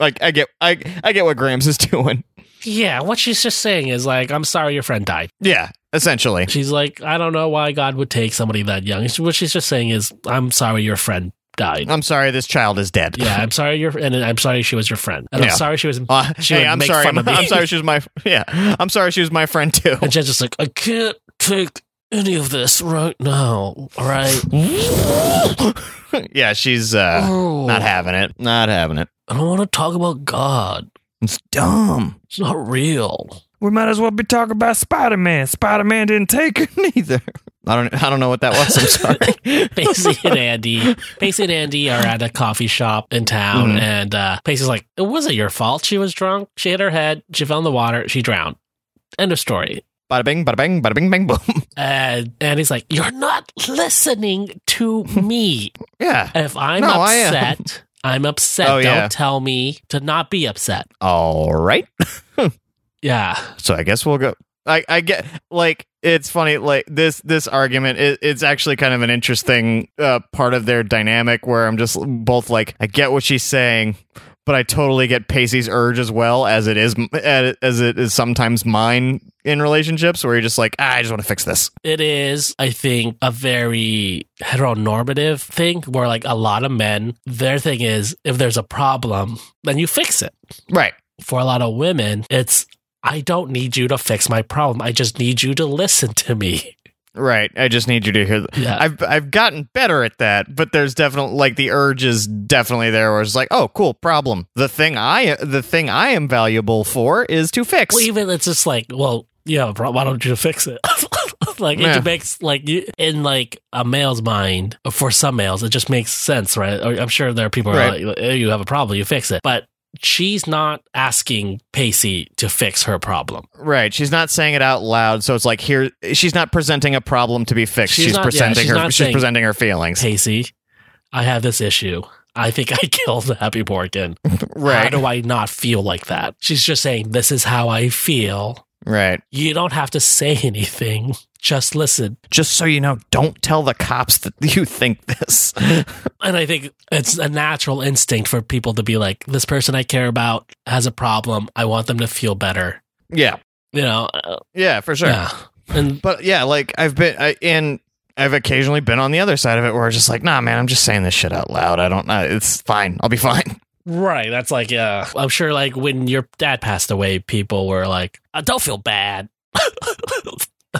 Speaker 2: Like I get I I get what Grams is doing.
Speaker 1: yeah. What she's just saying is like, I'm sorry your friend died.
Speaker 2: Yeah, essentially.
Speaker 1: She's like, I don't know why God would take somebody that young. What she's just saying is, I'm sorry your friend died.
Speaker 2: I'm sorry, this child is dead.
Speaker 1: Yeah, I'm sorry you're, and I'm sorry she was your friend. And
Speaker 2: Yeah.
Speaker 1: I'm sorry she was.
Speaker 2: Uh,
Speaker 1: She
Speaker 2: hey,
Speaker 1: would
Speaker 2: I'm
Speaker 1: make
Speaker 2: sorry.
Speaker 1: fun of me.
Speaker 2: I'm sorry. She was my yeah. I'm sorry. She was my friend too.
Speaker 1: And Jen's just like, I can't take any of this right now. All right.
Speaker 2: yeah, she's uh,
Speaker 1: Oh,
Speaker 2: not having it. Not having it.
Speaker 1: I don't want to talk about God.
Speaker 2: It's dumb.
Speaker 1: It's not real.
Speaker 3: We might as well be talking about Spider Man. Spider Man didn't take her.
Speaker 2: Neither. I don't. I don't know what that was. I'm sorry.
Speaker 1: Pacey and Andy, Pacey and Andy are at a coffee shop in town,
Speaker 2: Mhm.
Speaker 1: and uh, Pacey's like, "It wasn't your fault. She was drunk. She hit her head. She fell in the water. She drowned." End of story.
Speaker 2: bada bing, bada bing, bada bing, bang, boom.
Speaker 1: and and he's like, "You're not listening to me.
Speaker 2: Yeah.
Speaker 1: If I'm
Speaker 2: No, I am.
Speaker 1: upset, I'm upset.
Speaker 2: Oh,
Speaker 1: Don't
Speaker 2: yeah.
Speaker 1: tell me to not be upset."
Speaker 2: All right.
Speaker 1: Yeah,
Speaker 2: So I guess we'll go. I, I get like it's funny like this this argument it, it's actually kind of an interesting uh, part of their dynamic where I'm just both like I get what she's saying but I totally get Pacey's urge as well as it is as it is sometimes mine in relationships where you're just like ah, I just want to fix this
Speaker 1: it is. I think a very heteronormative thing where like a lot of men, their thing is if there's a problem, then you fix it.
Speaker 2: right
Speaker 1: For a lot of women, it's I don't need you to fix my problem. I just need you to listen to me.
Speaker 2: right I just need you to hear
Speaker 1: Yeah.
Speaker 2: I've I've gotten better at that, but there's definitely like the urge is definitely there. Where it's like, oh, cool problem. The thing I the thing I am valuable for is to fix.
Speaker 1: Well, even it's just like, well, yeah, bro, why don't you fix it? like
Speaker 2: Yeah.
Speaker 1: it makes like you, in like a male's mind for some males, it just makes sense, right? Or I'm sure there are people who are
Speaker 2: Right.
Speaker 1: like, "Eh, you have a problem, you fix it, but. She's not asking Pacey to fix her problem.
Speaker 2: right? She's not saying it out loud, so it's like here she's not presenting a problem to be fixed.
Speaker 1: She's
Speaker 2: She's,
Speaker 1: not- yeah,
Speaker 2: presenting
Speaker 1: she's
Speaker 2: her
Speaker 1: not
Speaker 2: she's
Speaker 1: saying-
Speaker 2: presenting her feelings.
Speaker 1: Pacey, I have this issue. I think I killed Happy Morgan. How
Speaker 2: Right,
Speaker 1: do I not feel like that? She's just saying, This is how I feel.
Speaker 2: right.
Speaker 1: You don't have to say anything. Just listen.
Speaker 2: Just so you know, don't tell the cops that you think this.
Speaker 1: And I think it's a natural instinct for people to be like, this person I care about has a problem. I want them to feel better.
Speaker 2: yeah,
Speaker 1: You know? uh,
Speaker 2: yeah, for sure.
Speaker 1: Yeah. And
Speaker 2: But yeah, like I've been I, and I've occasionally been on the other side of it where it's just like, nah, man, I'm just saying this shit out loud. I don't know. It's fine. I'll be fine.
Speaker 1: right. That's like, yeah. I'm sure like when your dad passed away, people were like, "Uh, don't feel bad.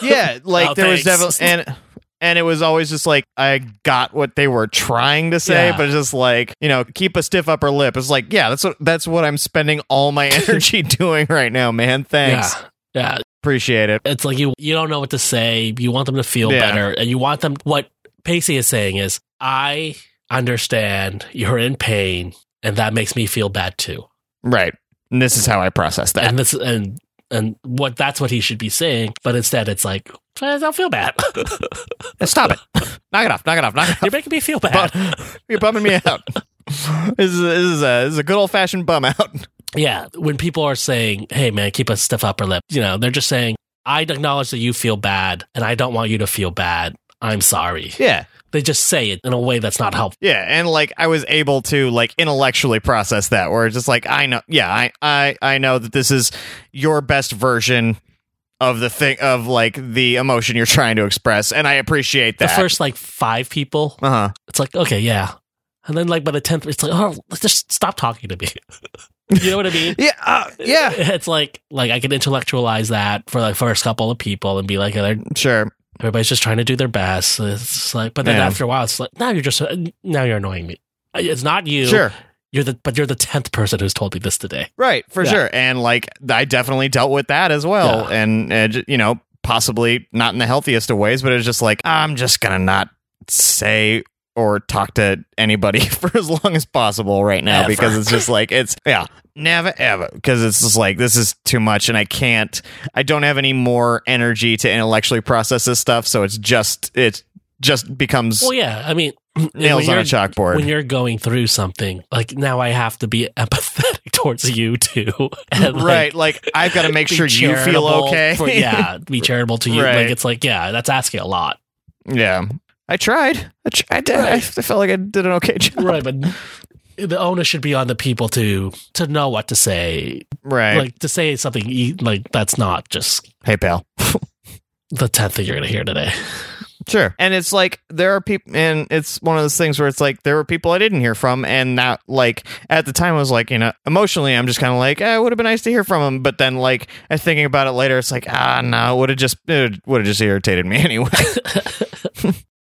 Speaker 2: Yeah, like
Speaker 1: Oh,
Speaker 2: there was
Speaker 1: thanks.
Speaker 2: definitely and and it was always just like I got what they were trying to say,
Speaker 1: Yeah.
Speaker 2: but it's just like you know, keep a stiff upper lip. It's like yeah, that's what that's what I'm spending all my energy doing right now, man. Thanks,
Speaker 1: Yeah. Yeah.
Speaker 2: appreciate it.
Speaker 1: It's like you, you don't know what to say. You want them to feel
Speaker 2: Yeah.
Speaker 1: better. And you want them, what Pacey is saying is, I understand you're in pain. And that makes me feel bad too.
Speaker 2: Right, and this is how I process that.
Speaker 1: and this and and what that's what he should be saying but instead it's like i don't feel bad
Speaker 2: Stop it. knock it off. Knock it off. Knock it off.
Speaker 1: you're making me feel bad
Speaker 2: Bu- You're bumming me out. this is this is a this is a good old fashioned bum out.
Speaker 1: yeah when people are saying hey man keep a stiff upper lip you know they're just saying i acknowledge that you feel bad and i don't want you to feel bad i'm sorry
Speaker 2: Yeah.
Speaker 1: they just say it in a way that's not helpful
Speaker 2: Yeah, and like I was able to like intellectually process that where it's just like I know yeah, I I I know that this is your best version of the thing of like the emotion you're trying to express and I appreciate
Speaker 1: the
Speaker 2: that.
Speaker 1: first like five people
Speaker 2: uh-huh.
Speaker 1: it's like okay yeah and then like by the 10th it's like oh let's just stop talking to me you know what i mean
Speaker 2: Yeah, uh, yeah,
Speaker 1: it's like like i can intellectualize that for like first couple of people and be like oh, they're
Speaker 2: sure.
Speaker 1: everybody's just trying to do their best. It's just like, but then
Speaker 2: Yeah.
Speaker 1: after a while, it's like now you're just now you're annoying me. It's not you.
Speaker 2: Sure.
Speaker 1: You're the but you're the tenth person who's told me this today.
Speaker 2: Right, for
Speaker 1: Yeah.
Speaker 2: sure. And like I definitely dealt with that as well. And uh, j- you know, possibly not in the healthiest of ways, but it's just like I'm just going to not say or talk to anybody for as long as possible right now
Speaker 1: Ever.
Speaker 2: because it's just like it's yeah, never ever because it's just like this is too much and I can't I don't have any more energy to intellectually process this stuff, so it's just it's just becomes
Speaker 1: Well, yeah. I mean,
Speaker 2: nails
Speaker 1: when
Speaker 2: on a
Speaker 1: you're-
Speaker 2: chalkboard.
Speaker 1: When you're going through something, like now I have to be empathetic towards you too. And, like,
Speaker 2: right, like I've got to make
Speaker 1: be
Speaker 2: sure you feel
Speaker 1: charitable
Speaker 2: okay.
Speaker 1: For, yeah, be charitable to you.
Speaker 2: Right.
Speaker 1: Like it's like, yeah, that's asking a lot.
Speaker 2: Yeah. I tried. I, tr- I did. I, I felt like I did an okay job.
Speaker 1: Right, but the onus should be on the people to to know what to say.
Speaker 2: Right.
Speaker 1: Like to say something e- like that's not just
Speaker 2: hey, pal.
Speaker 1: the tenth thing you're gonna hear today.
Speaker 2: Sure. And it's like there are people, and it's one of those things where it's like there were people I didn't hear from, and that like at the time I was like, you know, emotionally I'm just kind of like, eh, it would have been nice to hear from him, but then like I thinking about it later, it's like ah no, would have just it would have just irritated me anyway.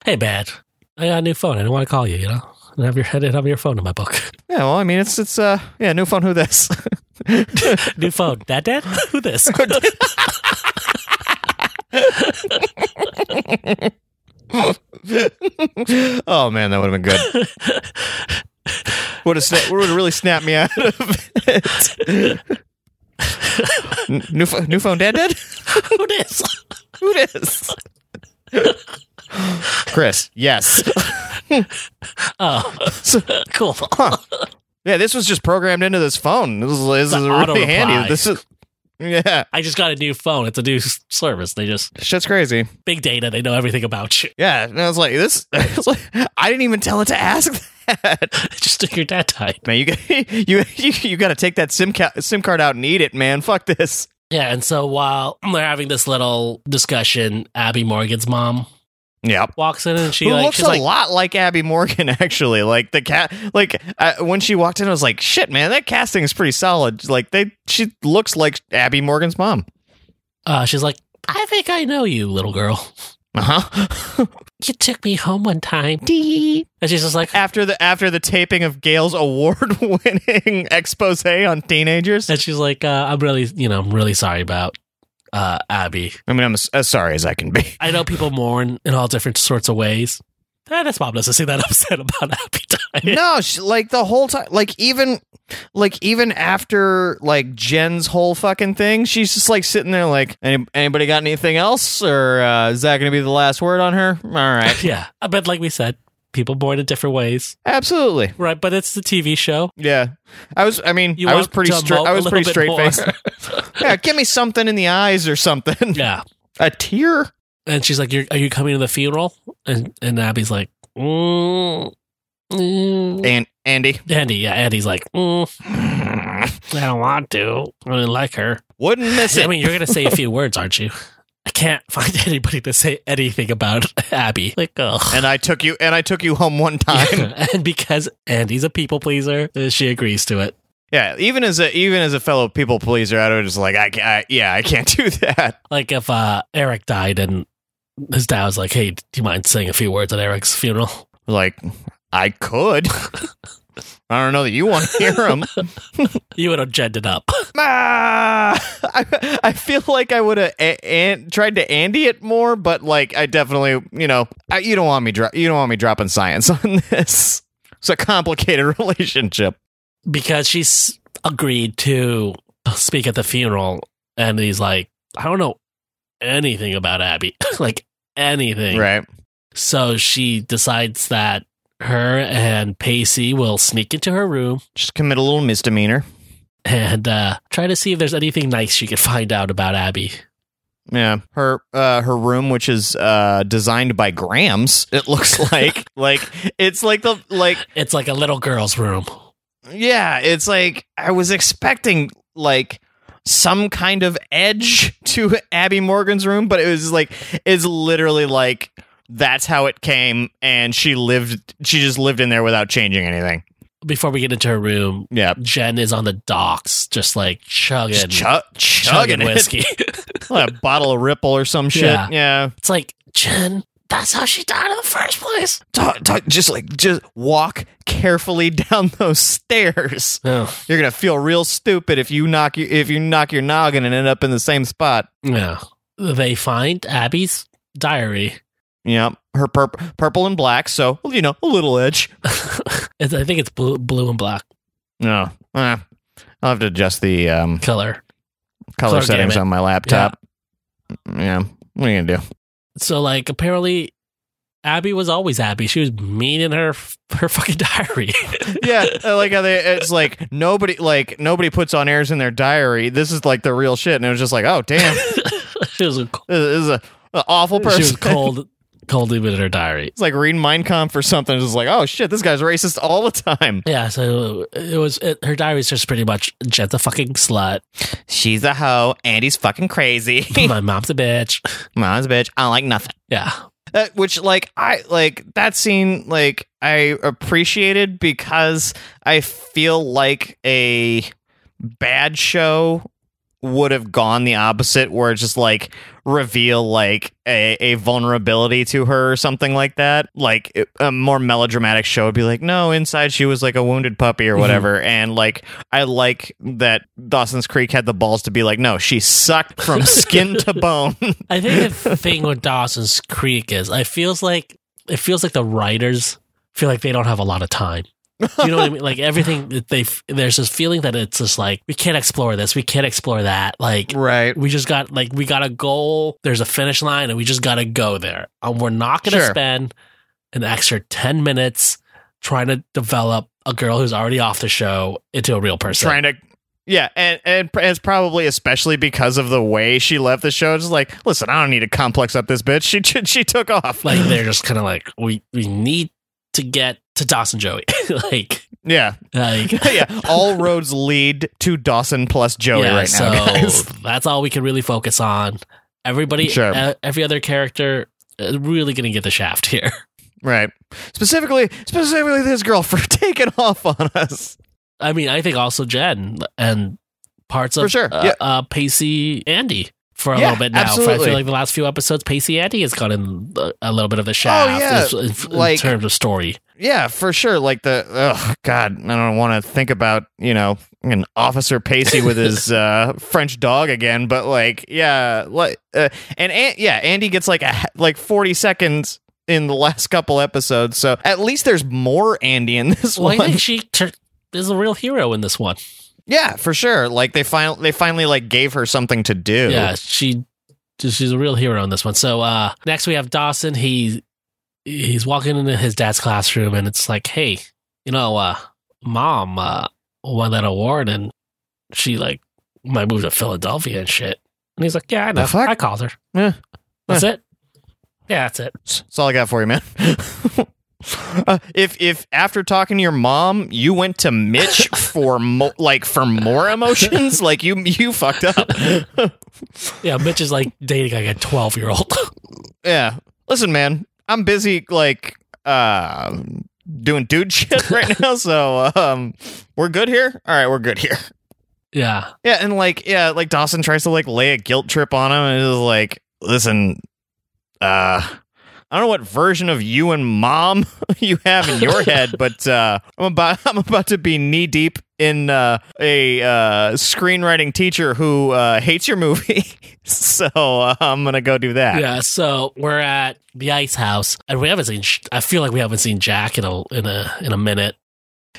Speaker 1: Hey, bad. I got a new phone. I didn't want to call you. You know, and have your head and have your phone in my book.
Speaker 2: yeah. Well, I mean, it's it's uh yeah, new phone. Who this?
Speaker 1: new phone. Dad, dad. Who this?
Speaker 2: oh man, that would have been good. Would have sna- would have really snapped me out of it. N- new, pho- new phone dad dad?
Speaker 1: Who this?
Speaker 2: Who this? Chris, yes.
Speaker 1: Oh,
Speaker 2: So-
Speaker 1: cool.
Speaker 2: yeah, this was just programmed into this phone. This is, this
Speaker 1: The
Speaker 2: is
Speaker 1: auto-reply.
Speaker 2: really handy. This is yeah,
Speaker 1: I just got a new phone. It's a new s- service. They just
Speaker 2: shit's crazy.
Speaker 1: big data. They know everything about you.
Speaker 2: Yeah, and I was like, this. I, was like, I didn't even tell it to ask that.
Speaker 1: just took your dad died.
Speaker 2: Man, you got- you you, you got to take that sim ca- sim card out and eat it, man. Fuck this.
Speaker 1: Yeah, and so while they're having this little discussion, Abby Morgan's mom
Speaker 2: Yep.
Speaker 1: walks in and she
Speaker 2: Who
Speaker 1: like
Speaker 2: looks
Speaker 1: she's
Speaker 2: a
Speaker 1: like
Speaker 2: lot like Abby Morgan, actually. Like the cat, like uh, when she walked in, I was like, "Shit, man, that casting is pretty solid." Like they, she looks like Abby Morgan's mom.
Speaker 1: uh, she's like, I think I know you, little girl.
Speaker 2: Uh huh.
Speaker 1: You took me home one time. Dee. And she's just like
Speaker 2: after the after the taping of Gail's award winning expose on teenagers,
Speaker 1: and she's like, uh, I'm really you know, I'm really sorry about uh, Abby.
Speaker 2: I mean, I'm as, as sorry as I can be.
Speaker 1: I know people mourn in all different sorts of ways. Eh, this mom doesn't seem that upset about Abby dying.
Speaker 2: no she, like the whole time like even like even after like jen's whole fucking thing she's just like sitting there like Any, anybody got anything else or uh, is that gonna be the last word on her all right
Speaker 1: Yeah. But like we said, people mourn in different ways.
Speaker 2: absolutely
Speaker 1: Right, but it's the TV show.
Speaker 2: yeah i was i mean i was
Speaker 1: want
Speaker 2: pretty
Speaker 1: to
Speaker 2: straight
Speaker 1: emote
Speaker 2: i
Speaker 1: a
Speaker 2: was
Speaker 1: little
Speaker 2: pretty
Speaker 1: bit
Speaker 2: straight
Speaker 1: more.
Speaker 2: faced yeah give me something in the eyes or something
Speaker 1: yeah.
Speaker 2: a tear
Speaker 1: And she's like, You're, "Are you coming to the funeral?" And and Abby's like, mm, mm.
Speaker 2: and andy
Speaker 1: "Andy, yeah." Andy's like, mm, "I don't want to. I don't like her."
Speaker 2: wouldn't miss it
Speaker 1: I mean, you're gonna say a few words, aren't you? I can't find anybody to say anything about Abby. Like, ugh.
Speaker 2: and i took you and i took you home one time
Speaker 1: and because Andy's a people pleaser, uh, she agrees to it.
Speaker 2: yeah even as a even as a fellow people pleaser i was just like i, ca- I yeah i can't do that
Speaker 1: Like if uh, Eric died and his dad was like, "Hey, do you mind saying a few words at Eric's funeral?"
Speaker 2: Like, I could. I don't know that you want to hear him.
Speaker 1: You would have gendered up.
Speaker 2: Ah! I, I feel like I would have a- an- tried to Andy it more, but like I definitely, you know, I, you don't want me dro- you don't want me dropping science on this. It's a complicated relationship.
Speaker 1: because she's agreed to speak at the funeral and he's like i don't know anything about abby like anything
Speaker 2: Right.
Speaker 1: so she decides that her and pacey will sneak into her room
Speaker 2: Just commit a little misdemeanor.
Speaker 1: and uh, try to see if there's anything nice she can find out about abby
Speaker 2: Yeah. Her uh her room which is uh designed by Grams, it looks like. like it's like the like
Speaker 1: it's like a little girl's room
Speaker 2: yeah, it's like I was expecting like some kind of edge to Abby Morgan's room, but it was like it's literally like that's how it came and she lived she just lived in there without changing anything.
Speaker 1: before we get into her room
Speaker 2: Yeah.
Speaker 1: jen is on the docks just like chugging
Speaker 2: Just chug, chugging,
Speaker 1: chugging
Speaker 2: it.
Speaker 1: whiskey
Speaker 2: Like a bottle of Ripple or some shit.
Speaker 1: Yeah.
Speaker 2: Yeah.
Speaker 1: it's like jen That's how she died in the first place.
Speaker 2: Talk, talk, just like just walk carefully down those stairs.
Speaker 1: Oh,
Speaker 2: You're gonna feel real stupid if you knock your if you knock your noggin and end up in the same spot.
Speaker 1: yeah. They find Abby's diary.
Speaker 2: Yeah, her purp purple and black, so you know a little edge.
Speaker 1: It's- I think it's blue, blue and black
Speaker 2: No, eh, I'll have to adjust the um,
Speaker 1: color.
Speaker 2: color
Speaker 1: Color
Speaker 2: settings
Speaker 1: gamut.
Speaker 2: on my laptop. Yeah, what are you gonna do?
Speaker 1: So like apparently Abby was always Abby. She was mean in her her fucking diary.
Speaker 2: yeah, I like how they it's like nobody like nobody puts on airs in their diary. This is like the real shit, and it was just like, oh damn, this
Speaker 1: she was a,
Speaker 2: is a, a awful
Speaker 1: she
Speaker 2: person.
Speaker 1: was cold cold even in her diary.
Speaker 2: It's like reading Mein Kampf or something. It's just like, oh shit, this guy's racist all the time.
Speaker 1: Yeah, so it was it, her diary is just pretty much Jet's a fucking slut.
Speaker 2: She's a hoe. Andy's fucking crazy.
Speaker 1: My mom's a bitch.
Speaker 2: Mom's a bitch. I don't like nothing.
Speaker 1: Yeah,
Speaker 2: Uh, which like I like that scene like I appreciated because I feel like a bad show would have gone the opposite where it's just like reveal like a, a vulnerability to her or something like that like it- a more melodramatic show would be like no inside she was like a wounded puppy or
Speaker 1: Mhm.
Speaker 2: whatever and like i like that dawson's creek had the balls to be like no she sucked from skin to bone
Speaker 1: I think the thing with Dawson's Creek is I feels like it feels like the writers feel like they don't have a lot of time. You know what I mean? Like everything that they there's this feeling that it's just like we can't explore this, we can't explore that. Like
Speaker 2: right
Speaker 1: we just got like we got a goal, there's a finish line, and we just got to go there. And we're not going to
Speaker 2: Sure.
Speaker 1: spend an extra ten minutes trying to develop a girl who's already off the show into a real person.
Speaker 2: trying to yeah and, and pr- it's probably especially because of the way she left the show it's just like listen i don't need to complex up this bitch she she, she took off
Speaker 1: like they're just kind of like we we need to get to Dawson Joey. like
Speaker 2: yeah
Speaker 1: like
Speaker 2: yeah all roads lead to dawson plus joey
Speaker 1: yeah,
Speaker 2: right now guys.
Speaker 1: that's all we can really focus on. Everybody,
Speaker 2: Sure.
Speaker 1: uh, every other character, uh, really going to get the shaft here.
Speaker 2: right specifically specifically this girl for taking off on us
Speaker 1: I mean, I think also Jen and parts of
Speaker 2: For sure,
Speaker 1: uh,
Speaker 2: yeah.
Speaker 1: uh, Pacey Andy for a
Speaker 2: Yeah,
Speaker 1: little bit now. For- I
Speaker 2: absolutely. Oh,
Speaker 1: feel like the last few episodes, Pacey Andy has gotten uh, a little bit of the shaft
Speaker 2: yeah,
Speaker 1: as- in, in
Speaker 2: like-
Speaker 1: terms of story.
Speaker 2: yeah for sure like the oh god i don't want to think about you know an officer pacey with his uh french dog again but like yeah like uh, and An- yeah andy gets like a h- like 40 seconds in the last couple episodes so at least there's more andy in this
Speaker 1: Well, I
Speaker 2: one
Speaker 1: think she tur- is a real hero in this one.
Speaker 2: yeah for sure like they finally they finally like gave her something to do
Speaker 1: Yeah, she she's a real hero in this one. So uh next we have Dawson. He he's walking into his dad's classroom and it's like, hey, you know, uh mom uh won that award and she like might move to Philadelphia and shit. And he's like, Yeah, I know.
Speaker 2: The fuck?
Speaker 1: I called her.
Speaker 2: Yeah.
Speaker 1: That's it. Yeah, that's it.
Speaker 2: That's all I got for you, man. Uh, if if after talking to your mom, you went to Mitch for mo- like for more emotions, like you you fucked up.
Speaker 1: Yeah, Mitch is like dating like a twelve year old.
Speaker 2: yeah. Listen, man, I'm busy like uh doing dude shit right now, so um we're good here. All right, we're good here.
Speaker 1: yeah.
Speaker 2: Yeah, and like yeah, like Dawson tries to like lay a guilt trip on him and is like, listen, uh I don't know what version of you and mom you have in your head, but uh I'm about I'm about to be knee deep in uh a uh screenwriting teacher who uh hates your movie. so uh, I'm gonna go do that.
Speaker 1: Yeah, so we're at the ice house, and we haven't seen. sh- I feel like we haven't seen Jack in a in a in a minute.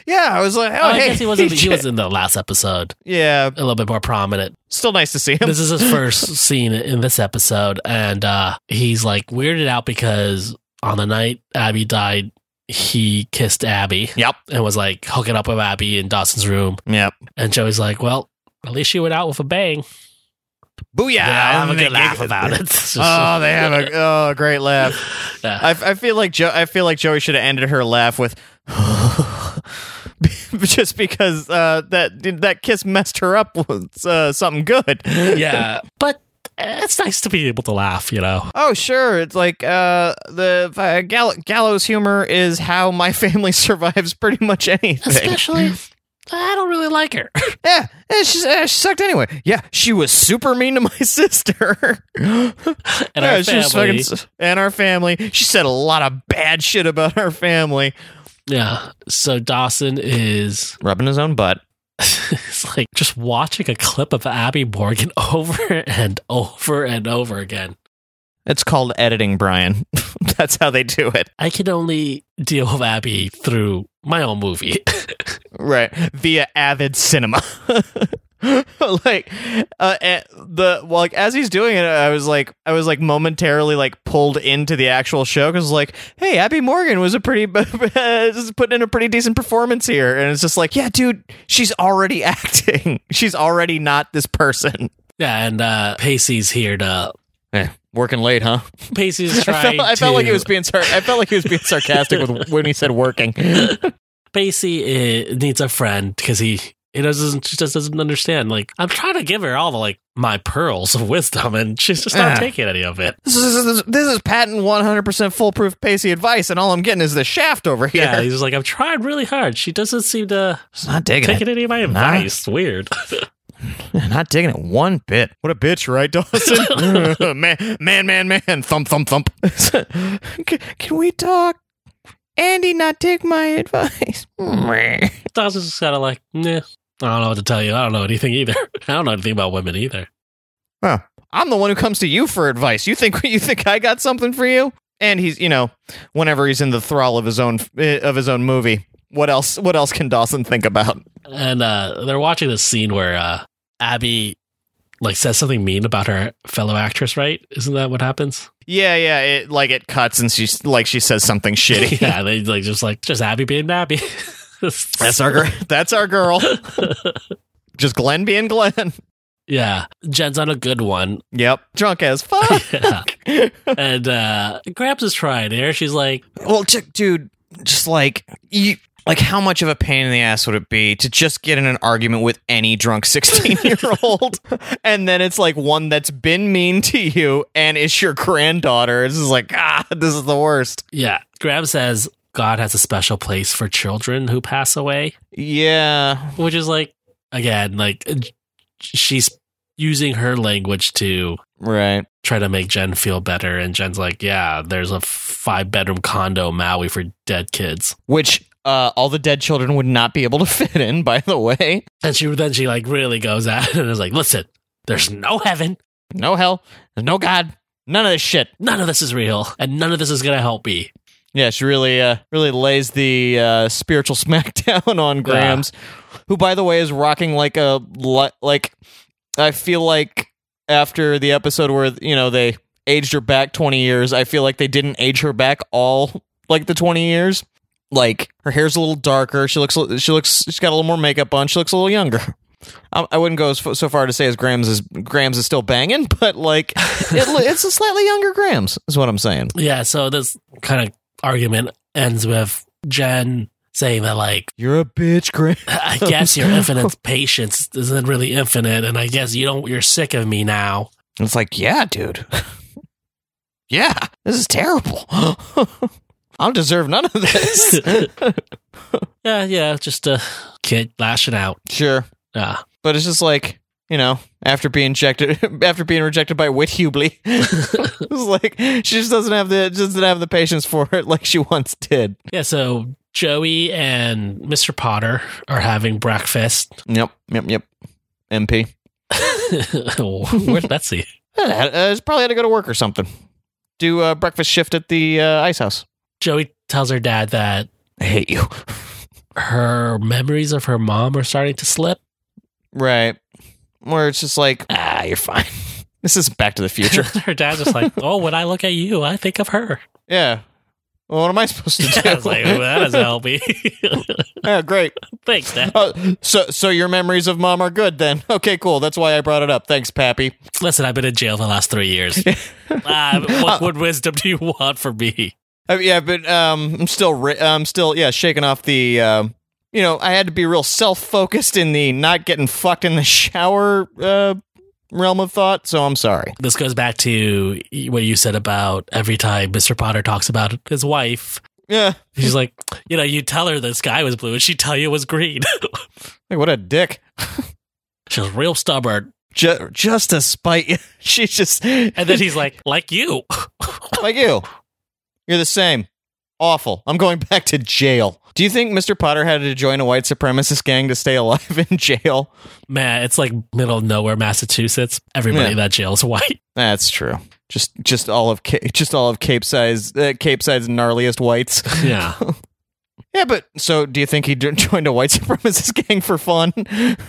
Speaker 2: Yeah, I was like, oh,
Speaker 1: Oh, I
Speaker 2: hey,
Speaker 1: guess he wasn't. He
Speaker 2: TJ.
Speaker 1: was in the last episode,
Speaker 2: Yeah,
Speaker 1: a little bit more prominent.
Speaker 2: still nice to see him.
Speaker 1: This is his first scene in this episode, and uh, he's like weirded out because on the night Abby died, he kissed Abby
Speaker 2: Yep.
Speaker 1: and was like hooking up with Abby in Dawson's room,
Speaker 2: Yep.
Speaker 1: and Joey's like, "Well, at least she went out with a bang."
Speaker 2: Booyah!
Speaker 1: I'll have a
Speaker 2: And they
Speaker 1: good laugh
Speaker 2: gave-
Speaker 1: about it. It's just-
Speaker 2: Oh, they have a oh, great laugh.
Speaker 1: Yeah.
Speaker 2: I, I feel like jo- I feel like Joey should have ended her laugh with just because uh, that that kiss messed her up with uh, something good.
Speaker 1: yeah, but eh, it's nice to be able to laugh, you know.
Speaker 2: Oh sure, it's like uh, the uh, gall- gallows humor is how my family survives pretty much anything.
Speaker 1: Especially I don't really like her.
Speaker 2: Yeah, eh, she's, eh, she sucked anyway. Yeah, she was super mean to my sister. and
Speaker 1: And our family.
Speaker 2: and our family. She said a lot of bad shit about our family.
Speaker 1: yeah. So Dawson is
Speaker 2: Rubbing his own butt.
Speaker 1: it's like just watching a clip of Abby Morgan over and over and over again.
Speaker 2: It's called editing, Brian. That's how they do it.
Speaker 1: I can only deal with Abby through my own movie.
Speaker 2: Right. Via Avid Cinema. like uh, eh, the well, like as he's doing it, I was like, I was like momentarily like pulled into the actual show because like, hey, Abby Morgan was a pretty is putting in a pretty decent performance here, and it's just like, yeah, dude, she's already acting. she's already not this person.
Speaker 1: yeah, and uh Pacey's here to
Speaker 2: working late, huh?
Speaker 1: Pacey's
Speaker 2: I
Speaker 1: trying
Speaker 2: felt, I felt like
Speaker 1: to-
Speaker 2: he was being sar- I felt like he was being sarcastic with when he said working.
Speaker 1: Pacey uh, needs a friend because he he doesn't she just doesn't understand. Like I'm trying to give her all the like my pearls of wisdom, and she's just not
Speaker 2: Ah.
Speaker 1: taking any of it.
Speaker 2: This is, this is- this is patent 100% foolproof Pacey advice, and all I'm getting is the shaft over here.
Speaker 1: Yeah, he's just like I'm trying really hard. She doesn't seem to
Speaker 2: It's not digging
Speaker 1: take any of my
Speaker 2: Nah.
Speaker 1: advice. Weird.
Speaker 2: Not digging it one bit. What a bitch, right, Dawson? man, man, man, man. Thump, thump, thump. can, can we talk? Andy, not take my advice. I
Speaker 1: Dawson's just kind of like, nah, I don't know what to tell you. I don't know anything either. I don't know anything about women either.
Speaker 2: am the one who comes to you for advice. You think you think I got something for you? And he's, you know, whenever he's in the thrall of his own eh, of his own movie, what else? What else can Dawson think about?
Speaker 1: And uh, they're watching this scene where uh, Abby like says something mean about her fellow actress, right? Isn't that what happens?
Speaker 2: Yeah, yeah. It like it cuts and she's like she says something shitty.
Speaker 1: yeah, they like just like just Abby being Abby.
Speaker 2: That's our girl. That's our girl. Just Glenn being Glenn.
Speaker 1: yeah. Jen's on a good one,
Speaker 2: Yep. Drunk as fuck.
Speaker 1: Yeah. and uh, Gramps is trying here. She's like,
Speaker 2: well, ju- dude, just like you, like how much of a pain in the ass would it be to just get in an argument with any drunk sixteen-year-old, and then it's like one that's been mean to you and is your granddaughter. It's just like ah, this is the worst.
Speaker 1: yeah. Gramps says God has a special place for children who pass away.
Speaker 2: Yeah.
Speaker 1: which is like again like uh, j- she's using her language to
Speaker 2: Right.
Speaker 1: try to make jen feel better and jen's like yeah there's a five bedroom condo in maui for dead kids
Speaker 2: Which. Uh, all the dead children would not be able to fit in, by the way.
Speaker 1: and she then she like really goes at it and is like listen there's no heaven
Speaker 2: No hell, no God, none of this shit.
Speaker 1: none of this is real and none of this is gonna help me
Speaker 2: Yeah, she really, uh, really lays the uh, spiritual smackdown on Grams, who, by the way, is rocking like a li- like. I feel like after the episode where you know they aged her back twenty years, I feel like they didn't age her back all like the twenty years. Like her hair's a little darker. She looks. She looks. She's got a little more makeup on. She looks a little younger. Um, I, I wouldn't go as, f- so far to say as Grams is Grams is still banging, but like it, li- it's a slightly younger Grams is what I'm saying.
Speaker 1: yeah so this kind of argument ends with jen saying that like
Speaker 2: You're a bitch, Grams.
Speaker 1: i guess your infinite patience isn't really infinite and i guess you don't you're sick of me now
Speaker 2: And it's like, yeah, dude. yeah, this is terrible. I don't deserve none of this.
Speaker 1: Yeah, yeah, just uh, a kid lashing out. Uh,
Speaker 2: sure.
Speaker 1: Yeah.
Speaker 2: But it's just like, you know, after being rejected after being rejected by Whit Hubley. it's like she just doesn't have the just doesn't have the patience for it like she once did.
Speaker 1: Yeah, so Joey and Mr. Potter are having breakfast.
Speaker 2: Yep, yep, yep. MP.
Speaker 1: Where's Oh, Betsy?
Speaker 2: Uh, it's probably had to go to work or something. Do uh, breakfast shift at the uh, ice house.
Speaker 1: Joey tells her dad that
Speaker 2: I hate you.
Speaker 1: her memories of her mom are starting to slip.
Speaker 2: Right. Where it's just like, ah, you're fine. This is Back to the Future.
Speaker 1: her dad's just like, Oh, when I look at you, I think of her.
Speaker 2: Yeah. Well, what am I supposed to do?
Speaker 1: I was like, well, that doesn't help me.
Speaker 2: yeah, great.
Speaker 1: Thanks, Dad.
Speaker 2: Oh, so, so your memories of mom are good then? Okay, cool. That's why I brought it up. Thanks, Pappy.
Speaker 1: Listen, I've been in jail for the last three years. Ah, what, what wisdom do you want from me?
Speaker 2: Uh, yeah, but um, I'm still, ri- I'm still, yeah, shaking off the. Um, you know, I had to be real self-focused in the not getting fucked in the shower uh, realm of thought. So I'm sorry.
Speaker 1: this goes back to what you said about every time Mr. Potter talks about his wife,
Speaker 2: Yeah.
Speaker 1: She's like, you know, you tell her the sky was blue, and she tell you it was green.
Speaker 2: Like, what a dick.
Speaker 1: She's real stubborn.
Speaker 2: Ju- just to spite you. She's just
Speaker 1: And then he's like, like you.
Speaker 2: like you. You're the same. Awful. I'm going back to jail. Do you think Mr. Potter had to join a white supremacist gang to stay alive in jail?
Speaker 1: Man, it's like middle of nowhere, Massachusetts. Everybody
Speaker 2: Yeah.
Speaker 1: in that jail is white.
Speaker 2: That's true. Just just all of Ca- just all of Cape Side's uh, Cape Side's gnarliest whites.
Speaker 1: Yeah.
Speaker 2: Yeah, but so do you think he jo- joined a white supremacist gang for fun?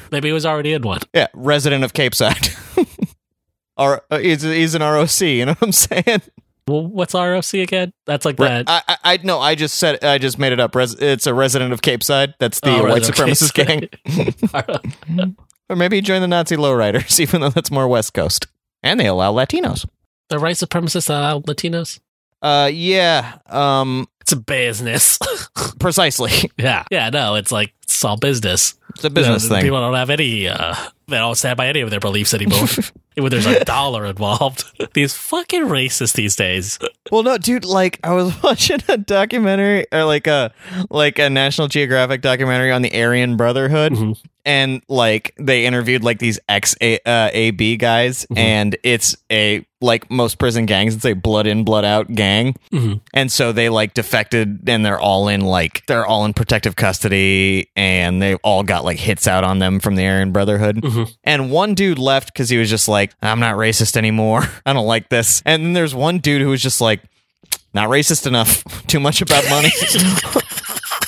Speaker 1: Maybe he was already in one.
Speaker 2: Yeah, resident of Cape Side. Or uh, he's, he's an ROC, you know what I'm saying?
Speaker 1: Well, what's ROC again? That's like
Speaker 2: Re-
Speaker 1: that.
Speaker 2: I, I I no, I just said I just made it up. Res- it's a resident of Cape Side. That's the
Speaker 1: Oh,
Speaker 2: white
Speaker 1: resident of
Speaker 2: supremacist gang. Or maybe he joined the Nazi lowriders, even though that's more West Coast. And they allow Latinos.
Speaker 1: the right supremacists that allow Latinos.
Speaker 2: Uh, yeah, um,
Speaker 1: It's a business.
Speaker 2: precisely.
Speaker 1: yeah. Yeah, no, it's like, it's all business.
Speaker 2: It's a business
Speaker 1: You know,
Speaker 2: thing.
Speaker 1: People don't have any, uh, they don't stand by any of their beliefs anymore. when there's a dollar involved. These fucking racists these days.
Speaker 2: Well, no, dude. Like, I was watching a documentary, or like a like a National Geographic documentary on the Aryan Brotherhood,
Speaker 1: Mhm.
Speaker 2: and like they interviewed like these ex A- uh, AB guys,
Speaker 1: Mhm.
Speaker 2: and it's a like most prison gangs, it's a blood in, blood out gang.
Speaker 1: Mhm.
Speaker 2: and so they like defected and they're all in like they're all in protective custody and they all got like hits out on them from the Aryan Brotherhood
Speaker 1: Mhm.
Speaker 2: and one dude left because he was just like I'm not racist anymore I don't like this and then there's one dude who was just like not racist enough too much about money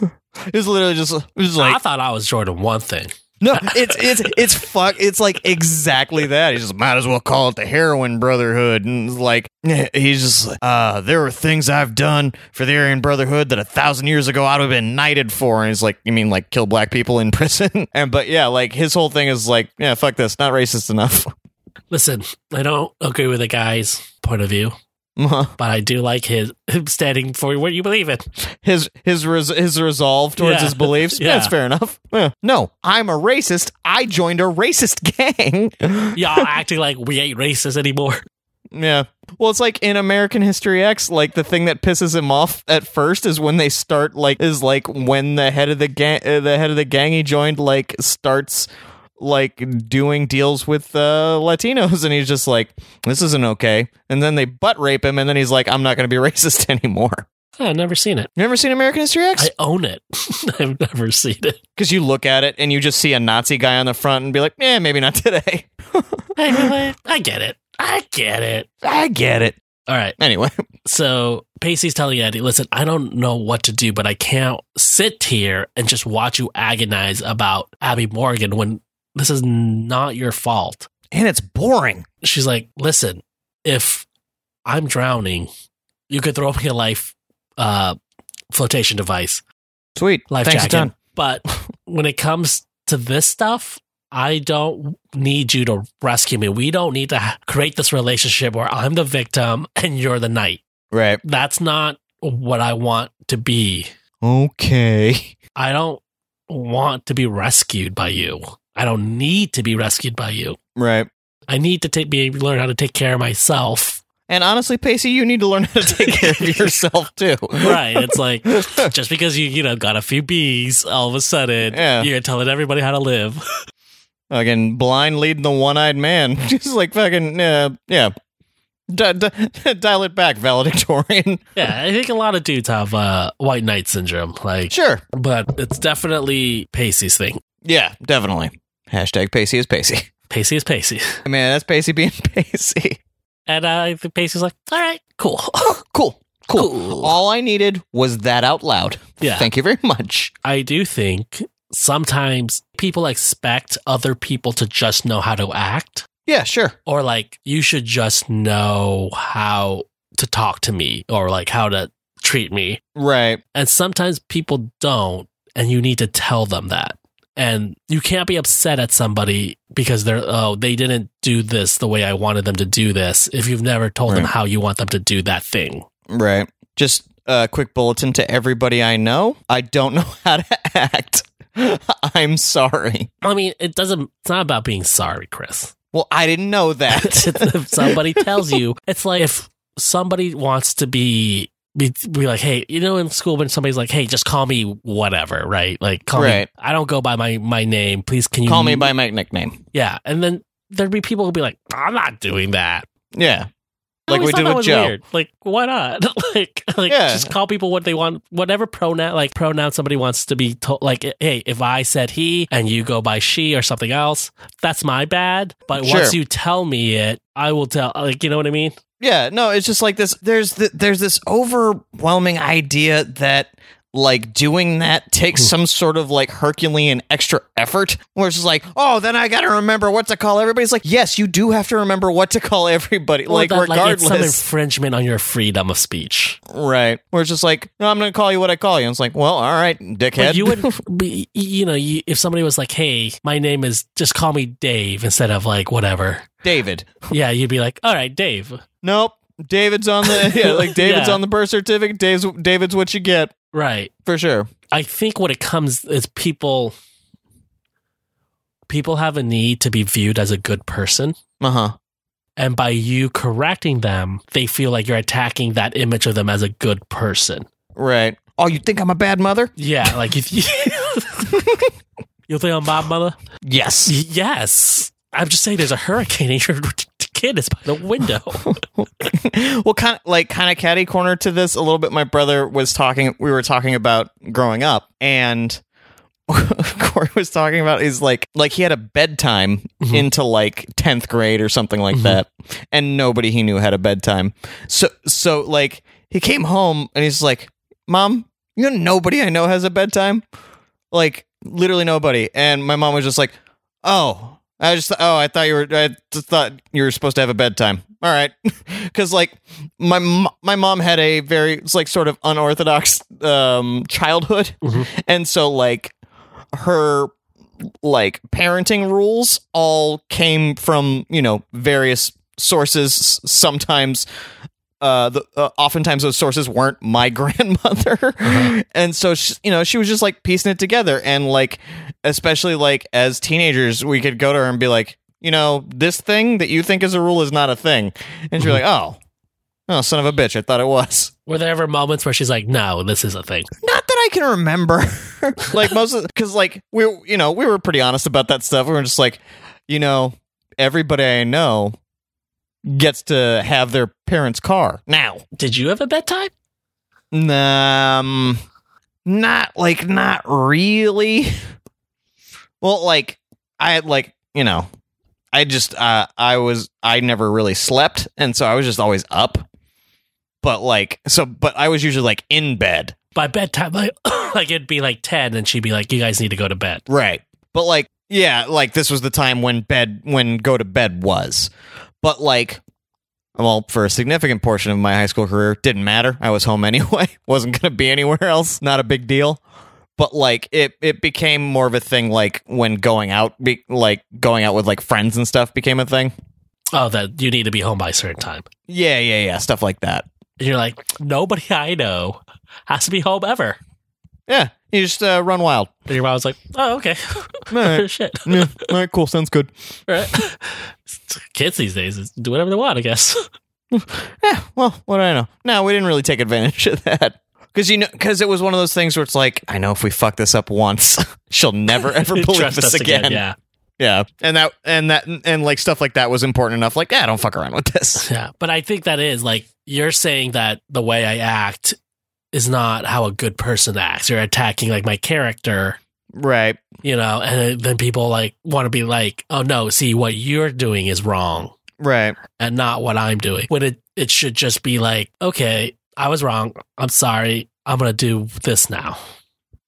Speaker 2: it was literally just it was
Speaker 1: I
Speaker 2: like
Speaker 1: thought I was Jordan one thing.
Speaker 2: no it's it's it's fuck it's like exactly that he just might as well call it the heroin brotherhood and it's like he's just like uh there were things I've done for the Aryan Brotherhood that a thousand years ago I'd have been knighted for and he's like you mean like kill black people in prison and but yeah like his whole thing is like yeah fuck this not racist enough
Speaker 1: Listen, I don't agree with the guy's point of view, but I do like his him standing for what you believe in.
Speaker 2: his his res- his resolve towards
Speaker 1: Yeah.
Speaker 2: his beliefs
Speaker 1: Yeah.
Speaker 2: that's fair enough Yeah. no I'm a racist I joined a racist gang
Speaker 1: Y'all acting like we ain't racist anymore.
Speaker 2: Yeah. Well, it's like in American History X, like the thing that pisses him off at first is when they start like is like when the head of the gang, uh, the head of the gang he joined like starts like doing deals with uh, Latinos, and he's just like, this isn't okay. And then they butt rape him, and then he's like, I'm not going to be racist anymore.
Speaker 1: Oh, I've never seen it.
Speaker 2: You ever seen American History X?
Speaker 1: I own it. I've never seen it.
Speaker 2: Because you look at it and you just see a Nazi guy on the front and be like, eh, maybe not today.
Speaker 1: I, really- I get it. I get it.
Speaker 2: I get it.
Speaker 1: All right.
Speaker 2: Anyway,
Speaker 1: So Pacey's telling Eddie, listen, I don't know what to do, but I can't sit here and just watch you agonize about Abby Morgan when this is not your fault.
Speaker 2: and it's boring.
Speaker 1: She's like, listen, if I'm drowning, you could throw me a life uh, flotation device.
Speaker 2: Sweet.
Speaker 1: Life
Speaker 2: Thanks a
Speaker 1: jacket.
Speaker 2: ton.
Speaker 1: But when it comes to this stuff, I don't need you to rescue me. We don't need to ha- create this relationship where I'm the victim and you're the knight.
Speaker 2: Right.
Speaker 1: That's not what I want to be.
Speaker 2: Okay.
Speaker 1: I don't want to be rescued by you. I don't need to be rescued by you.
Speaker 2: Right.
Speaker 1: I need to take, be learn how to take care of myself.
Speaker 2: And honestly, Pacey, you need to learn how to take care of yourself too.
Speaker 1: Right? It's like just because you you know got a few bees, all of a sudden
Speaker 2: Yeah.
Speaker 1: you're telling everybody how to live.
Speaker 2: Fucking blind leading the one eyed man. Just like fucking, uh, yeah. D- d- dial it back, valedictorian.
Speaker 1: yeah, I think a lot of dudes have uh, white knight syndrome. Like,
Speaker 2: Sure.
Speaker 1: but it's definitely Pacey's thing.
Speaker 2: Yeah, definitely. Hashtag Pacey is Pacey.
Speaker 1: Pacey is Pacey,
Speaker 2: Man, that's Pacey being Pacey.
Speaker 1: and I think Pacey's like, all right, cool,
Speaker 2: Cool. Cool.
Speaker 1: cool.
Speaker 2: All I needed was that out loud.
Speaker 1: Yeah.
Speaker 2: Thank you very much.
Speaker 1: I do think sometimes people expect other people to just know how to act,
Speaker 2: Yeah, sure.
Speaker 1: or like you should just know how to talk to me, or like how to treat me.
Speaker 2: Right.
Speaker 1: And sometimes people don't, and you need to tell them that. And you can't be upset at somebody because they're, oh, they didn't do this the way I wanted them to do this if you've never told them
Speaker 2: Right.
Speaker 1: how you want them to do that thing.
Speaker 2: Right. Just a quick bulletin to everybody I know. I don't know how to act. I'm sorry.
Speaker 1: I mean, it doesn't, it's not about being sorry, Chris.
Speaker 2: Well, I didn't know that.
Speaker 1: if somebody tells you, it's like if somebody wants to be be, be like, hey, you know, in school when somebody's like, hey, just call me whatever, right? Like, call
Speaker 2: Right.
Speaker 1: me. I don't go by my my name. Please, can you
Speaker 2: Call me by my nickname.
Speaker 1: Yeah, and then there'd be people who'd be like, I'm not doing that.
Speaker 2: Yeah.
Speaker 1: I
Speaker 2: Like
Speaker 1: always
Speaker 2: we
Speaker 1: thought
Speaker 2: did
Speaker 1: that
Speaker 2: with
Speaker 1: was
Speaker 2: Joe.
Speaker 1: Weird. Like, why not? like, like
Speaker 2: Yeah.
Speaker 1: just call people what they want, whatever pronoun, like pronoun somebody wants to be told. Like, hey, if I said he and you go by she or something else, that's my bad. But
Speaker 2: Sure.
Speaker 1: once you tell me it, I will tell. Like, you know what I mean?
Speaker 2: Yeah, no, it's just like this. There's th there's this overwhelming idea that like doing that takes
Speaker 1: Hmm.
Speaker 2: some sort of like Herculean extra effort. Where it's just like, oh, then I got to remember what to call everybody. It's like, yes, you do have to remember what to call everybody.
Speaker 1: Or
Speaker 2: like
Speaker 1: that, it's some
Speaker 2: regardless,
Speaker 1: infringement on your freedom of speech.
Speaker 2: right? Where it's just like, no, I'm gonna call you what I call you. And it's like, well, all right, dickhead.
Speaker 1: But you would, be, you know, you, if somebody was like, "Hey, my name is just call me Dave" instead of like whatever.
Speaker 2: David.
Speaker 1: Yeah, you'd be like, "All right, Dave."
Speaker 2: Nope. David's on the yeah, like David's
Speaker 1: Yeah.
Speaker 2: on the birth certificate. Dave's David's what you get
Speaker 1: Right.
Speaker 2: for sure.
Speaker 1: I think what it comes is people people have a need to be viewed as a good person
Speaker 2: Uh huh.
Speaker 1: and by you correcting them they feel like you're attacking that image of them as a good person
Speaker 2: Right. Oh, you think I'm a bad mother?
Speaker 1: yeah like if you you'll think i'm Bob mother
Speaker 2: Yes.
Speaker 1: Y- yes i'm just saying there's a hurricane and your kid is by the window
Speaker 2: well, kind of like kind of catty corner to this a little bit. My brother was talking. We were talking about growing up, and Corey was talking about is like like he had a bedtime
Speaker 1: Mhm.
Speaker 2: into like tenth grade or something like
Speaker 1: Mhm.
Speaker 2: that, and nobody he knew had a bedtime. So so like he came home and he's like, "Mom, you know nobody I know has a bedtime, like literally nobody." And my mom was just like, "Oh." I just oh I thought you were I just thought you were supposed to have a bedtime. All right, because like my m- my mom had a very it's like sort of unorthodox um childhood
Speaker 1: Mhm.
Speaker 2: and so like her like parenting rules all came from you know various sources S- sometimes uh, the, uh oftentimes those sources weren't my grandmother and so she, you know she was just like piecing it together and like especially like as teenagers we could go to her and be like you know this thing that you think is a rule is not a thing and she'd be like oh oh son of a bitch i thought it was
Speaker 1: were there ever moments where she's like no this is a thing
Speaker 2: not that I can remember. like most of because like we you know we were pretty honest about that stuff. We were just like, you know, everybody I know gets to have their parents' car now.
Speaker 1: did you have a bedtime
Speaker 2: Um, not like not really. Well, like I had like you know, I just uh I was I never really slept, and so I was just always up. But like so, but I was usually like in bed
Speaker 1: by bedtime like, like it'd be like 10 and she'd be like you guys need to go to bed
Speaker 2: Right. But like, yeah, like this was the time when bed when go to bed was. But like well, for a significant portion of my high school career, didn't matter. I was home anyway. Wasn't gonna be anywhere else. Not a big deal. But like it it became more of a thing like when going out be, like going out with like friends and stuff became a thing.
Speaker 1: oh that you need to be home by a certain time
Speaker 2: Yeah, yeah, yeah. Stuff like that.
Speaker 1: And you're like, nobody I know has to be home ever.
Speaker 2: Yeah. You just uh, run wild.
Speaker 1: And your mom's like, oh, okay.
Speaker 2: All right.
Speaker 1: Shit.
Speaker 2: Yeah, all right, cool. Sounds good.
Speaker 1: Right? Kids these days is- do whatever they want, I guess.
Speaker 2: Yeah, Eh, well, what do I know? No, we didn't really take advantage of that. Because you know, because it was one of those things where it's like, I know if we fuck this up once, she'll never ever believe
Speaker 1: Trust
Speaker 2: this
Speaker 1: us
Speaker 2: again.
Speaker 1: Yeah.
Speaker 2: yeah, and that and that and like stuff like that was important enough. Like, yeah, don't fuck around with this.
Speaker 1: Yeah. But I think that is like, you're saying that the way I act is not how a good person acts. You're attacking like my character,
Speaker 2: Right.
Speaker 1: you know, and then people like want to be like, oh no, see, what you're doing is wrong.
Speaker 2: Right.
Speaker 1: and not what I'm doing. When it it should just be like, okay, I was wrong. I'm sorry. I'm gonna do this now.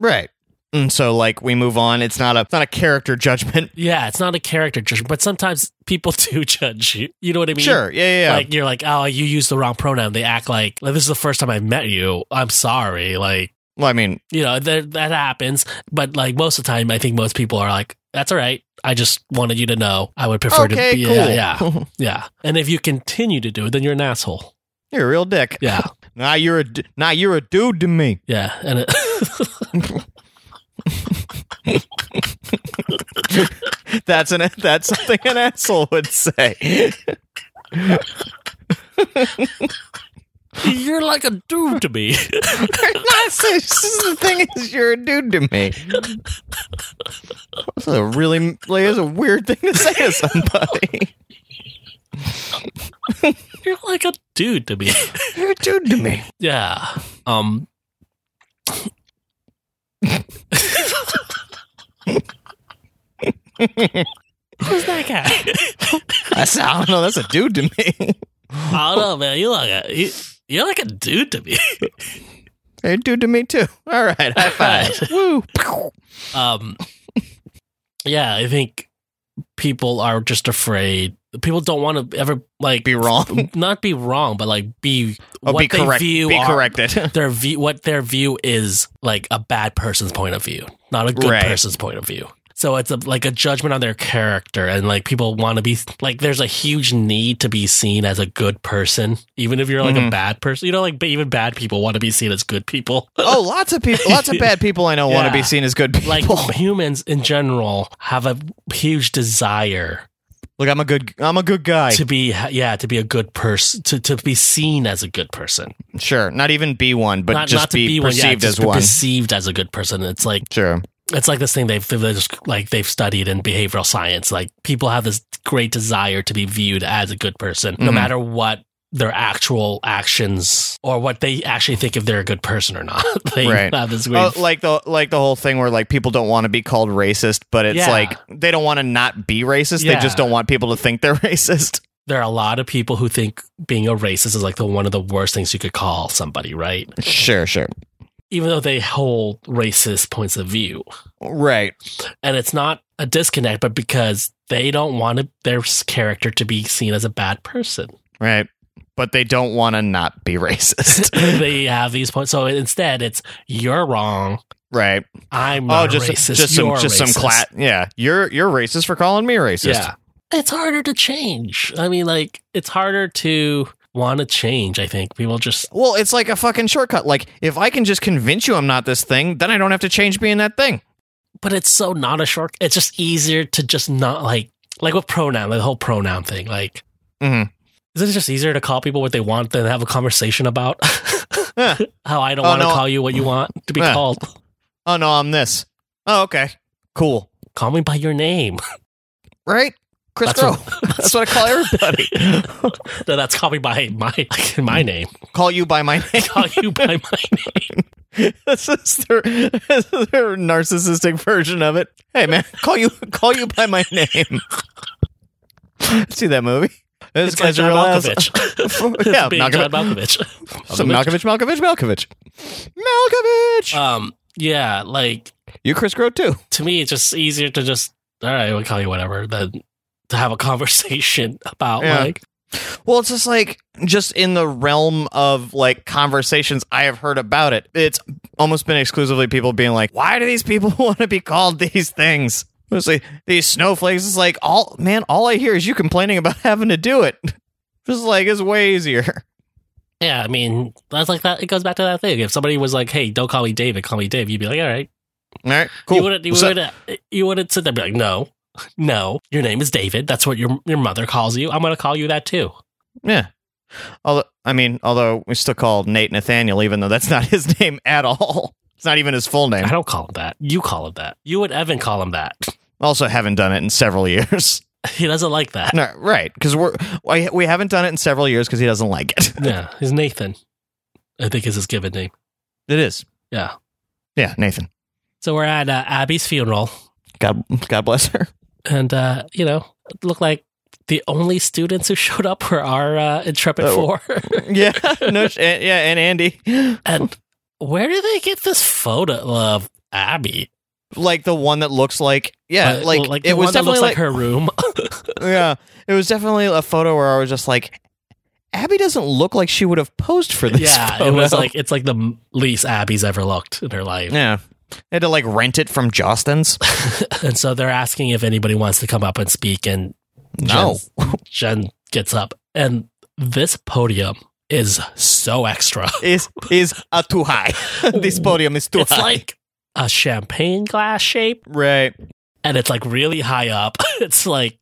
Speaker 2: Right. And so, like, we move on. It's not a it's not a character judgment.
Speaker 1: Yeah, it's not a character judgment, but sometimes people do judge you. You know what I mean?
Speaker 2: sure. Yeah. Yeah. yeah.
Speaker 1: Like you're like, oh, you used the wrong pronoun. They act like, like this is the first time I met you. I'm sorry. Like
Speaker 2: well, I mean,
Speaker 1: you know that that happens, but like most of the time, I think most people are like, that's all right. I just wanted you to know. I would prefer to
Speaker 2: okay,
Speaker 1: be
Speaker 2: cool.
Speaker 1: yeah, yeah, yeah. And if you continue to do it, then you're an asshole.
Speaker 2: you're a real dick.
Speaker 1: Yeah,
Speaker 2: Now you're a d- now you're a dude to me.
Speaker 1: yeah. And it,
Speaker 2: That's an that's something an asshole would say.
Speaker 1: You're like a dude to me.
Speaker 2: the thing is, you're a dude to me. That's a really like, that's a weird thing to say to somebody.
Speaker 1: You're like a dude to me.
Speaker 2: You're a dude to me.
Speaker 1: Yeah. Um. Who's that guy?
Speaker 2: That's, I don't know. That's a dude to me.
Speaker 1: I don't know, man. You like a you, you're like a dude to me.
Speaker 2: You're a dude to me too. All right, high five. Woo. Pew.
Speaker 1: Um. Yeah, I think people are just afraid. People don't want to ever like
Speaker 2: Be wrong.
Speaker 1: not be wrong, but like be
Speaker 2: Oh,
Speaker 1: what
Speaker 2: be
Speaker 1: they
Speaker 2: correct.
Speaker 1: view
Speaker 2: Be
Speaker 1: are-
Speaker 2: corrected.
Speaker 1: their view what their view is like a bad person's point of view, not a good
Speaker 2: Right.
Speaker 1: person's point of view. So it's a, like a judgment on their character, and like people want to be like there's a huge need to be seen as a good person, even if you're like a
Speaker 2: Mhm.
Speaker 1: bad person. You know, like but even bad people want to be seen as good people.
Speaker 2: oh, lots of people, lots of bad people I know want to
Speaker 1: Yeah.
Speaker 2: be seen as good people.
Speaker 1: like humans in general have a huge desire
Speaker 2: Look, I'm a good, I'm a good guy.
Speaker 1: to be yeah to be a good person to, to be seen as a good person
Speaker 2: Sure, not even be one, but just
Speaker 1: to
Speaker 2: be,
Speaker 1: one, yeah,
Speaker 2: perceived
Speaker 1: just
Speaker 2: as
Speaker 1: be
Speaker 2: one.
Speaker 1: perceived as a good person it's like
Speaker 2: sure.
Speaker 1: it's like this thing they've they've just, like they've studied in behavioral science. Like people have this great desire to be viewed as a good person, no
Speaker 2: Mhm.
Speaker 1: matter what their actual actions or what they actually think if they're a good person or not. they
Speaker 2: Right.
Speaker 1: have this weird.
Speaker 2: Oh, like the like the whole thing where like people don't want to be called racist, but it's
Speaker 1: Yeah.
Speaker 2: like they don't want to not be racist.
Speaker 1: Yeah.
Speaker 2: They just don't want people to think they're racist.
Speaker 1: there are a lot of people who think being a racist is like the one of the worst things you could call somebody, right?
Speaker 2: Sure, sure.
Speaker 1: Even though they hold racist points of view,
Speaker 2: Right.
Speaker 1: and it's not a disconnect, but because they don't want to, their character to be seen as a bad person.
Speaker 2: Right. But they don't want to not be racist.
Speaker 1: they have these points. So instead, it's you're wrong.
Speaker 2: right.
Speaker 1: I'm not
Speaker 2: oh, just
Speaker 1: racist.
Speaker 2: just some
Speaker 1: you're
Speaker 2: just some
Speaker 1: racist.
Speaker 2: clat. Yeah. You're you're racist for calling me racist.
Speaker 1: Yeah, it's harder to change. I mean, like it's harder to want to change. I think people just
Speaker 2: Well, it's like a fucking shortcut. Like if I can just convince you I'm not this thing, then I don't have to change being that thing.
Speaker 1: but it's so not a short. It's just easier to just not like like with pronoun, like the whole pronoun thing. Like,
Speaker 2: Mhm.
Speaker 1: isn't it just easier to call people what they want than have a conversation about
Speaker 2: Yeah.
Speaker 1: how I don't
Speaker 2: Oh,
Speaker 1: want to
Speaker 2: no.
Speaker 1: call you what you want to be
Speaker 2: Yeah.
Speaker 1: called?
Speaker 2: Oh no, I'm this. Oh, okay. Cool.
Speaker 1: Call me by your name.
Speaker 2: Right? Chris
Speaker 1: That's
Speaker 2: Crow.
Speaker 1: what-
Speaker 2: That's what I call everybody.
Speaker 1: no, that's call me by my my name.
Speaker 2: call you by my
Speaker 1: I call you by my name.
Speaker 2: name. this is their, this is their narcissistic version of it. Hey man, call you call you by my name. See that movie? This
Speaker 1: It's like
Speaker 2: a
Speaker 1: John
Speaker 2: real ass-
Speaker 1: Malkovich.
Speaker 2: yeah,
Speaker 1: Being John
Speaker 2: Malkovich.
Speaker 1: Malkovich.
Speaker 2: Some Malkovich, Malkovich, Malkovich. Malkovich.
Speaker 1: Um, yeah, like
Speaker 2: you Chris Crow too.
Speaker 1: to me, it's just easier to just all right, we'll call you whatever than to have a conversation about
Speaker 2: Yeah.
Speaker 1: like
Speaker 2: Well, it's just like just in the realm of like conversations I have heard about it. It's almost been exclusively people being like, "Why do these people want to be called these things?" Mostly these snowflakes. It's like all man, all I hear is you complaining about having to do it. Just like it's way easier.
Speaker 1: yeah, I mean that's like that. It goes back to that thing. If somebody was like, "Hey, don't call me David, call me Dave," you'd be like, "All right,
Speaker 2: All right, cool.
Speaker 1: You wouldn't. You
Speaker 2: So-
Speaker 1: wouldn't. You wouldn't sit there and be like, "No, no, your name is David. That's what your your mother calls you. I'm going to call you that too."
Speaker 2: yeah. Although I mean, although we still call Nate Nathaniel, even though that's not his name at all. It's not even his full name.
Speaker 1: I don't call him that. You call him that. You and Evan call him that.
Speaker 2: Also, haven't done it in several years.
Speaker 1: He doesn't like that.
Speaker 2: No, right? Because we're why- we haven't done it in several years because he doesn't like it.
Speaker 1: Yeah, he's Nathan. I think is his given name.
Speaker 2: It is.
Speaker 1: Yeah.
Speaker 2: Yeah, Nathan.
Speaker 1: So we're at uh, Abby's funeral,
Speaker 2: God, God bless her.
Speaker 1: and uh, you know, it looked like the only students who showed up were our uh, intrepid
Speaker 2: Oh.
Speaker 1: four.
Speaker 2: yeah, no, sh- and- yeah, and Andy,
Speaker 1: and where did they get this photo of Abby?
Speaker 2: like the one that looks like yeah,
Speaker 1: Uh,
Speaker 2: like,
Speaker 1: the
Speaker 2: it was
Speaker 1: one that
Speaker 2: definitely
Speaker 1: looks like,
Speaker 2: like,
Speaker 1: her room.
Speaker 2: yeah, it was definitely a photo where I was just like, Abby doesn't look like she would have posed for this.
Speaker 1: yeah, it
Speaker 2: photo.
Speaker 1: was like it's like the m- least Abby's ever looked in her life.
Speaker 2: yeah, I had to like rent it from Jostens.
Speaker 1: and so they're asking if anybody wants to come up and speak, and
Speaker 2: No,
Speaker 1: Jen gets up, and this podium is so extra.
Speaker 2: is is a too high. this podium is too
Speaker 1: uh, it's
Speaker 2: high.
Speaker 1: like a champagne glass shape
Speaker 2: right.
Speaker 1: and it's like really high up. It's like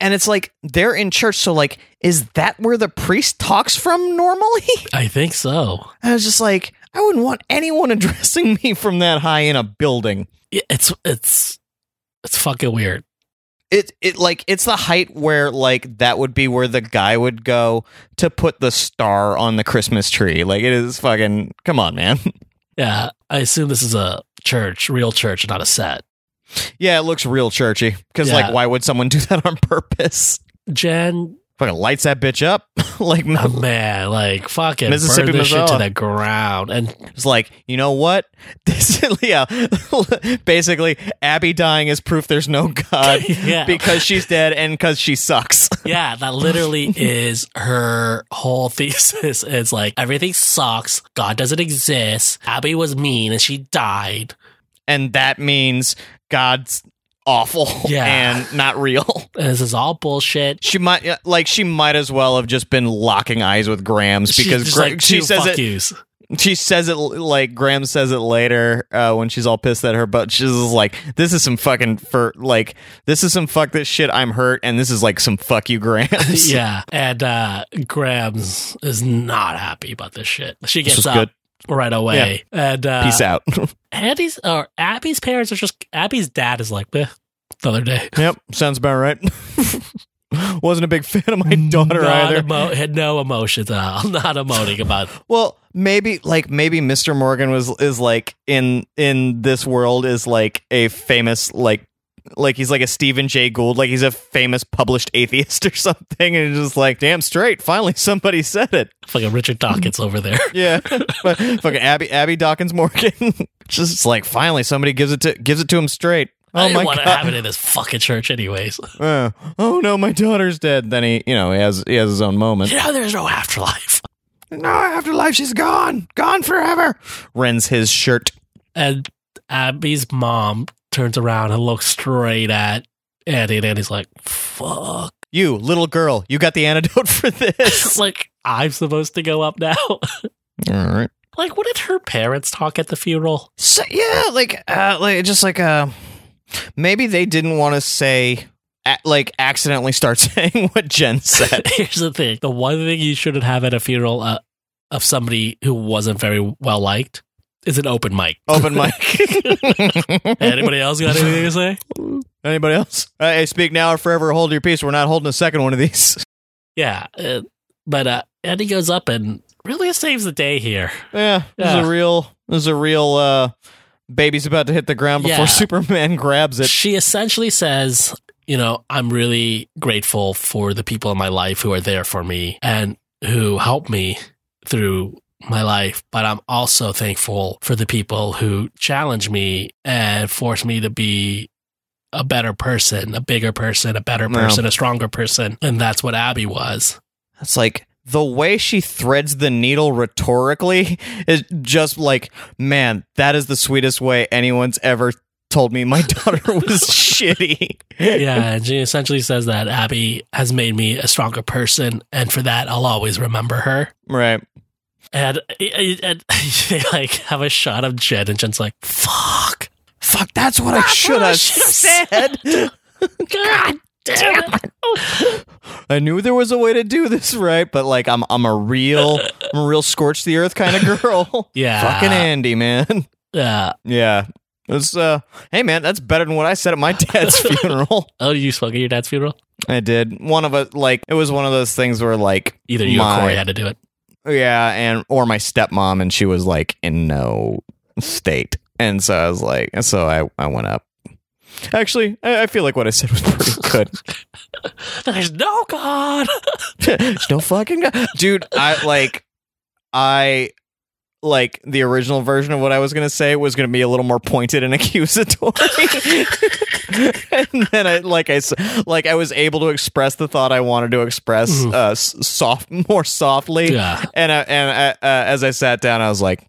Speaker 2: And it's like they're in church, so like, is that where the priest talks from normally?
Speaker 1: I think so.
Speaker 2: I was just like, I wouldn't want anyone addressing me from that high in a building.
Speaker 1: Yeah, It's it's it's fucking weird.
Speaker 2: It it like it's the height where like that would be where the guy would go to put the star on the Christmas tree. Like it is fucking come on, man.
Speaker 1: Yeah, I assume this is a church, real church, not a set.
Speaker 2: Yeah, it looks real churchy. Because
Speaker 1: Yeah.
Speaker 2: like why would someone do that on purpose?
Speaker 1: Jen,
Speaker 2: Fucking lights that bitch up. like
Speaker 1: oh man, like fucking
Speaker 2: Mississippi
Speaker 1: burn this shit to
Speaker 2: Missoula.
Speaker 1: the ground. And
Speaker 2: It's like, you know what? This, yeah, basically, Abby dying is proof there's no God
Speaker 1: Yeah.
Speaker 2: because she's dead and because she sucks.
Speaker 1: yeah, that literally is her whole thesis. It's like everything sucks. God doesn't exist. Abby was mean and she died.
Speaker 2: And that means God's awful
Speaker 1: Yeah.
Speaker 2: and not real.
Speaker 1: And this is all bullshit.
Speaker 2: She might like she might as well have just been locking eyes with Grams
Speaker 1: she's
Speaker 2: because
Speaker 1: just
Speaker 2: Gra-
Speaker 1: like
Speaker 2: she
Speaker 1: two
Speaker 2: says
Speaker 1: fuck
Speaker 2: it.
Speaker 1: yous.
Speaker 2: She says it like Graham says it later uh, when she's all pissed at her, but she's just like, "This is some fucking for like this is some fuck this shit. I'm hurt, and this is like some fuck you, Grams."
Speaker 1: yeah, and uh, Grams is not happy about this shit. She
Speaker 2: This
Speaker 1: gets
Speaker 2: was
Speaker 1: up
Speaker 2: good.
Speaker 1: right away, and uh,
Speaker 2: Peace out.
Speaker 1: Andy's or Abby's parents are just Abby's dad is like "Meh," the other day.
Speaker 2: yep, sounds about right. Wasn't a big fan of my daughter
Speaker 1: Not
Speaker 2: either.
Speaker 1: emo- had no emotions at all. Not emoting about.
Speaker 2: Well, maybe like maybe Mr. Morgan was is like in in this world is like a famous like like he's like a Stephen Jay Gould, like he's a famous published atheist or something, and it's just like, damn straight, finally somebody said it.
Speaker 1: Fucking Richard Dawkins over there.
Speaker 2: Yeah, but fucking Abby Abby Dawkins Morgan, just like finally somebody gives it to gives it to him straight. Oh
Speaker 1: I didn't
Speaker 2: my
Speaker 1: want to
Speaker 2: God.
Speaker 1: have it in this fucking church, anyways.
Speaker 2: Uh, oh no, my daughter's dead. Then he, you know, he has he has his own moment.
Speaker 1: You know, there's no afterlife.
Speaker 2: No, afterlife, she's gone, gone forever. Rends his shirt.
Speaker 1: And Abby's mom turns around and looks straight at Andy, and Andy's like, "Fuck!"
Speaker 2: You little girl, you got the antidote for this.
Speaker 1: Like I'm supposed to go up now.
Speaker 2: All right.
Speaker 1: like, what did her parents talk at the funeral?
Speaker 2: So yeah, like, uh, like just like uh, maybe they didn't want to say. a- Like accidentally start saying what Jen said.
Speaker 1: Here's the thing: the one thing you shouldn't have at a funeral uh, of somebody who wasn't very well liked is an open mic.
Speaker 2: Open mic.
Speaker 1: Anybody else got anything to say?
Speaker 2: Anybody else? Uh, hey, speak now or forever hold your peace. We're not holding a second one of these.
Speaker 1: Yeah, uh, but uh, Andy goes up and really saves the day here.
Speaker 2: Yeah, this is
Speaker 1: Yeah.
Speaker 2: a real. This is a real. Uh, baby's about to hit the ground before
Speaker 1: Yeah.
Speaker 2: Superman grabs it.
Speaker 1: she essentially says, you know, I'm really grateful for the people in my life who are there for me and who help me through my life, but I'm also thankful for the people who challenge me and force me to be a better person, a bigger person, a better
Speaker 2: Wow.
Speaker 1: person, a stronger person. And that's what Abby was.
Speaker 2: It's like the way she threads the needle rhetorically is just like, man, that is the sweetest way anyone's ever told me my daughter was shitty.
Speaker 1: Yeah. And she essentially says that Abby has made me a stronger person. And for that, I'll always remember her.
Speaker 2: Right.
Speaker 1: And, and they like have a shot of Jen, and Jen's like, "Fuck,
Speaker 2: Fuck, that's what I should
Speaker 1: I
Speaker 2: have
Speaker 1: should've
Speaker 2: said.
Speaker 1: god damn it!"
Speaker 2: I knew there was a way to do this right, but like I'm I'm a real I'm a real scorch the earth kind of girl.
Speaker 1: Yeah,
Speaker 2: Fucking Andy, man.
Speaker 1: Yeah.
Speaker 2: Yeah. It's uh hey man, that's better than what I said at my dad's funeral.
Speaker 1: Oh, you spoke at your dad's funeral.
Speaker 2: I did. One of us like it was one of those things where like
Speaker 1: Either you
Speaker 2: My-
Speaker 1: or Corey had to do it.
Speaker 2: yeah, and or my stepmom and she was like in no state. And so I was like so I, I went up. Actually, I, I feel like what I said was pretty good.
Speaker 1: There's no god.
Speaker 2: There's no fucking God. dude. I like, I like the original version of what I was gonna say was gonna be a little more pointed and accusatory, and then I like I s- like I was able to express the thought I wanted to express
Speaker 1: Mhm.
Speaker 2: uh, s- soft more softly,
Speaker 1: Yeah,
Speaker 2: and I, and I, uh, as I sat down, I was like,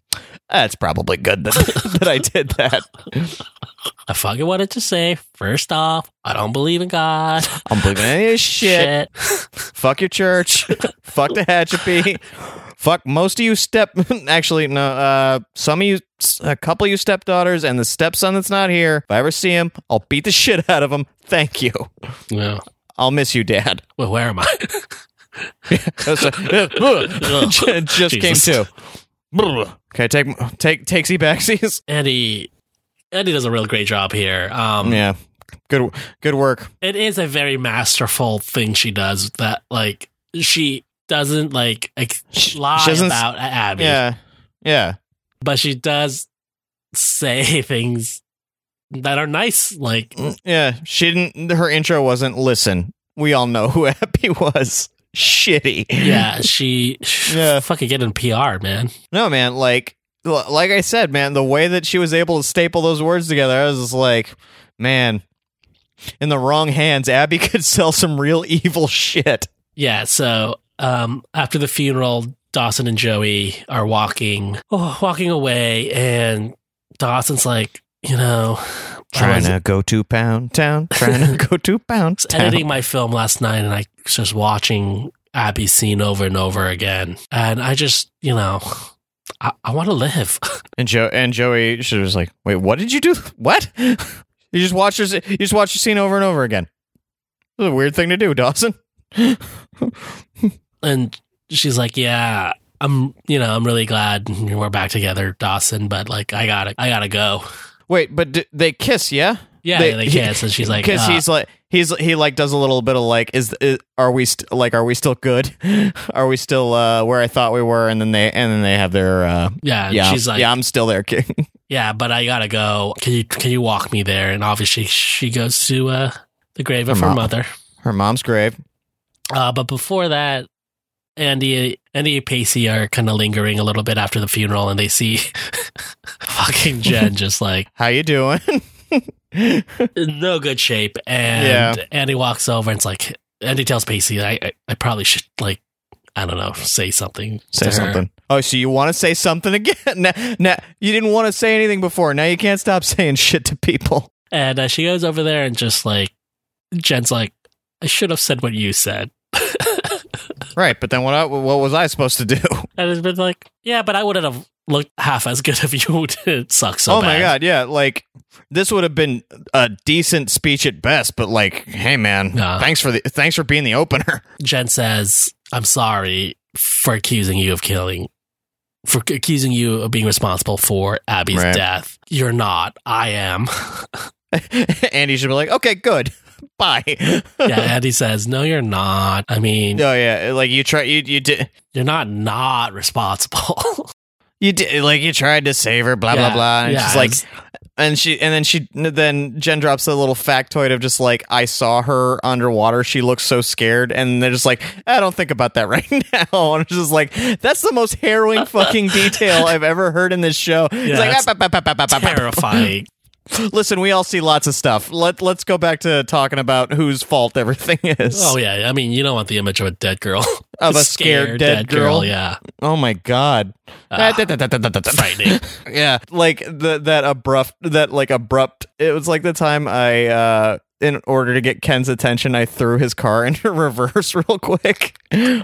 Speaker 2: that's probably good that that I did that.
Speaker 1: I fucking wanted to say. First off, I don't believe in God.
Speaker 2: I'm believing any of this shit. Fuck your church. Fuck the Hatchapi. Fuck most of you step. Actually, no. Uh, some of you, a couple of you stepdaughters, and the stepson that's not here. If I ever see him, I'll beat the shit out of him. Thank you.
Speaker 1: Yeah.
Speaker 2: I'll miss you, Dad.
Speaker 1: Well, where am I?
Speaker 2: That's a- J- just
Speaker 1: Jesus.
Speaker 2: came to. Okay, take take takesy backsies.
Speaker 1: Andy Andy does a real great job here. Um
Speaker 2: Yeah, good good work.
Speaker 1: it is a very masterful thing she does that like she doesn't like ex-
Speaker 2: She-
Speaker 1: lie
Speaker 2: she doesn't s-
Speaker 1: about Abby.
Speaker 2: Yeah, yeah,
Speaker 1: But she does say things that are nice, like
Speaker 2: yeah. She didn't. Her intro wasn't. Listen, we all know who Abby was. Shitty.
Speaker 1: yeah, she
Speaker 2: Yeah.
Speaker 1: fucking get in PR, man.
Speaker 2: No, man, like l- like I said, man, the way that she was able to staple those words together, I was just like, man, in the wrong hands, Abby could sell some real evil shit.
Speaker 1: Yeah, so um after the funeral, Dawson and Joey are walking oh, walking away and Dawson's like, you know, I was-
Speaker 2: to go to Pound Town, trying to go to Pound
Speaker 1: was editing my film last night and I was just watching Abby's scene over and over again. And I just, you know, I, I want to live.
Speaker 2: And Joe and Joey, she was like, wait, what did you do? What? You just watch your you just watch your scene over and over again. This is a weird thing to do, Dawson.
Speaker 1: and she's like, yeah, I'm, you know, I'm really glad we're back together, Dawson, but like, I gotta, I gotta go.
Speaker 2: Wait, but d- they kiss, yeah?
Speaker 1: Yeah,
Speaker 2: They-
Speaker 1: they, kiss. And she's like,
Speaker 2: because
Speaker 1: uh,
Speaker 2: he's like he's he like does a little bit of like is, is are we st- like are we still good are we still uh where i thought we were and then they and then they have their uh
Speaker 1: yeah, and
Speaker 2: yeah
Speaker 1: she's like,
Speaker 2: yeah
Speaker 1: yeah.
Speaker 2: i'm still there king
Speaker 1: but I gotta go. Can you, can you walk me there? And obviously she goes to, uh, the grave of
Speaker 2: Her
Speaker 1: her
Speaker 2: mom.
Speaker 1: mother.
Speaker 2: her mom's grave
Speaker 1: Uh, but before that, Andy, Andy and Pacey are kind of lingering a little bit after the funeral, and they see fucking Jen just like
Speaker 2: how you doing
Speaker 1: in no good shape. And Andy walks over and's like, Andy tells Pacey, I, I, I probably should like, I don't know, say something. to
Speaker 2: say
Speaker 1: her."
Speaker 2: something oh so you want to say something again now, now you didn't want to say anything before now you can't stop saying shit to people
Speaker 1: And uh, she goes over there and just like, Jen's like, I should have said what you said.
Speaker 2: right but then what I, what was i supposed to do
Speaker 1: And it's been like, yeah, but I wouldn't have looked half as good if you didn't suck so
Speaker 2: oh
Speaker 1: bad.
Speaker 2: my god yeah like this would have been a decent speech at best but like hey man
Speaker 1: Yeah.
Speaker 2: thanks for the thanks for being the opener
Speaker 1: Jen says, I'm sorry for accusing you of killing, for accusing you of being responsible for Abby's
Speaker 2: Right.
Speaker 1: death. You're not. I am.
Speaker 2: Andy should be like, okay, good, bye.
Speaker 1: yeah. Andy says, No, you're not. I mean,
Speaker 2: No, Oh, yeah, like you try, you you did,
Speaker 1: you're not not responsible.
Speaker 2: you did, like you tried to save her, blah
Speaker 1: Yeah,
Speaker 2: blah blah. And
Speaker 1: yeah,
Speaker 2: she's like,
Speaker 1: it's-
Speaker 2: and she, and then she, then Jen drops a little factoid of just like, I saw her underwater. She looks so scared, and they're just like, I don't think about that right now. And it's just like, that's the most harrowing fucking detail I've ever heard in this show. it's like
Speaker 1: that's
Speaker 2: "Ah, bah, bah, bah, bah, bah, bah, bah."
Speaker 1: terrifying.
Speaker 2: Listen, we all see lots of stuff. Let let's go back to talking about whose fault everything is.
Speaker 1: Oh, yeah. I mean, you don't want the image of a dead girl.
Speaker 2: Of a scared dead girl.
Speaker 1: Yeah.
Speaker 2: Oh my god.
Speaker 1: Ah,
Speaker 2: Frightening.
Speaker 1: frightening.
Speaker 2: yeah. Like the, that abrupt that like abrupt it was like the time I uh in order to get Ken's attention I threw his car into reverse real quick. Where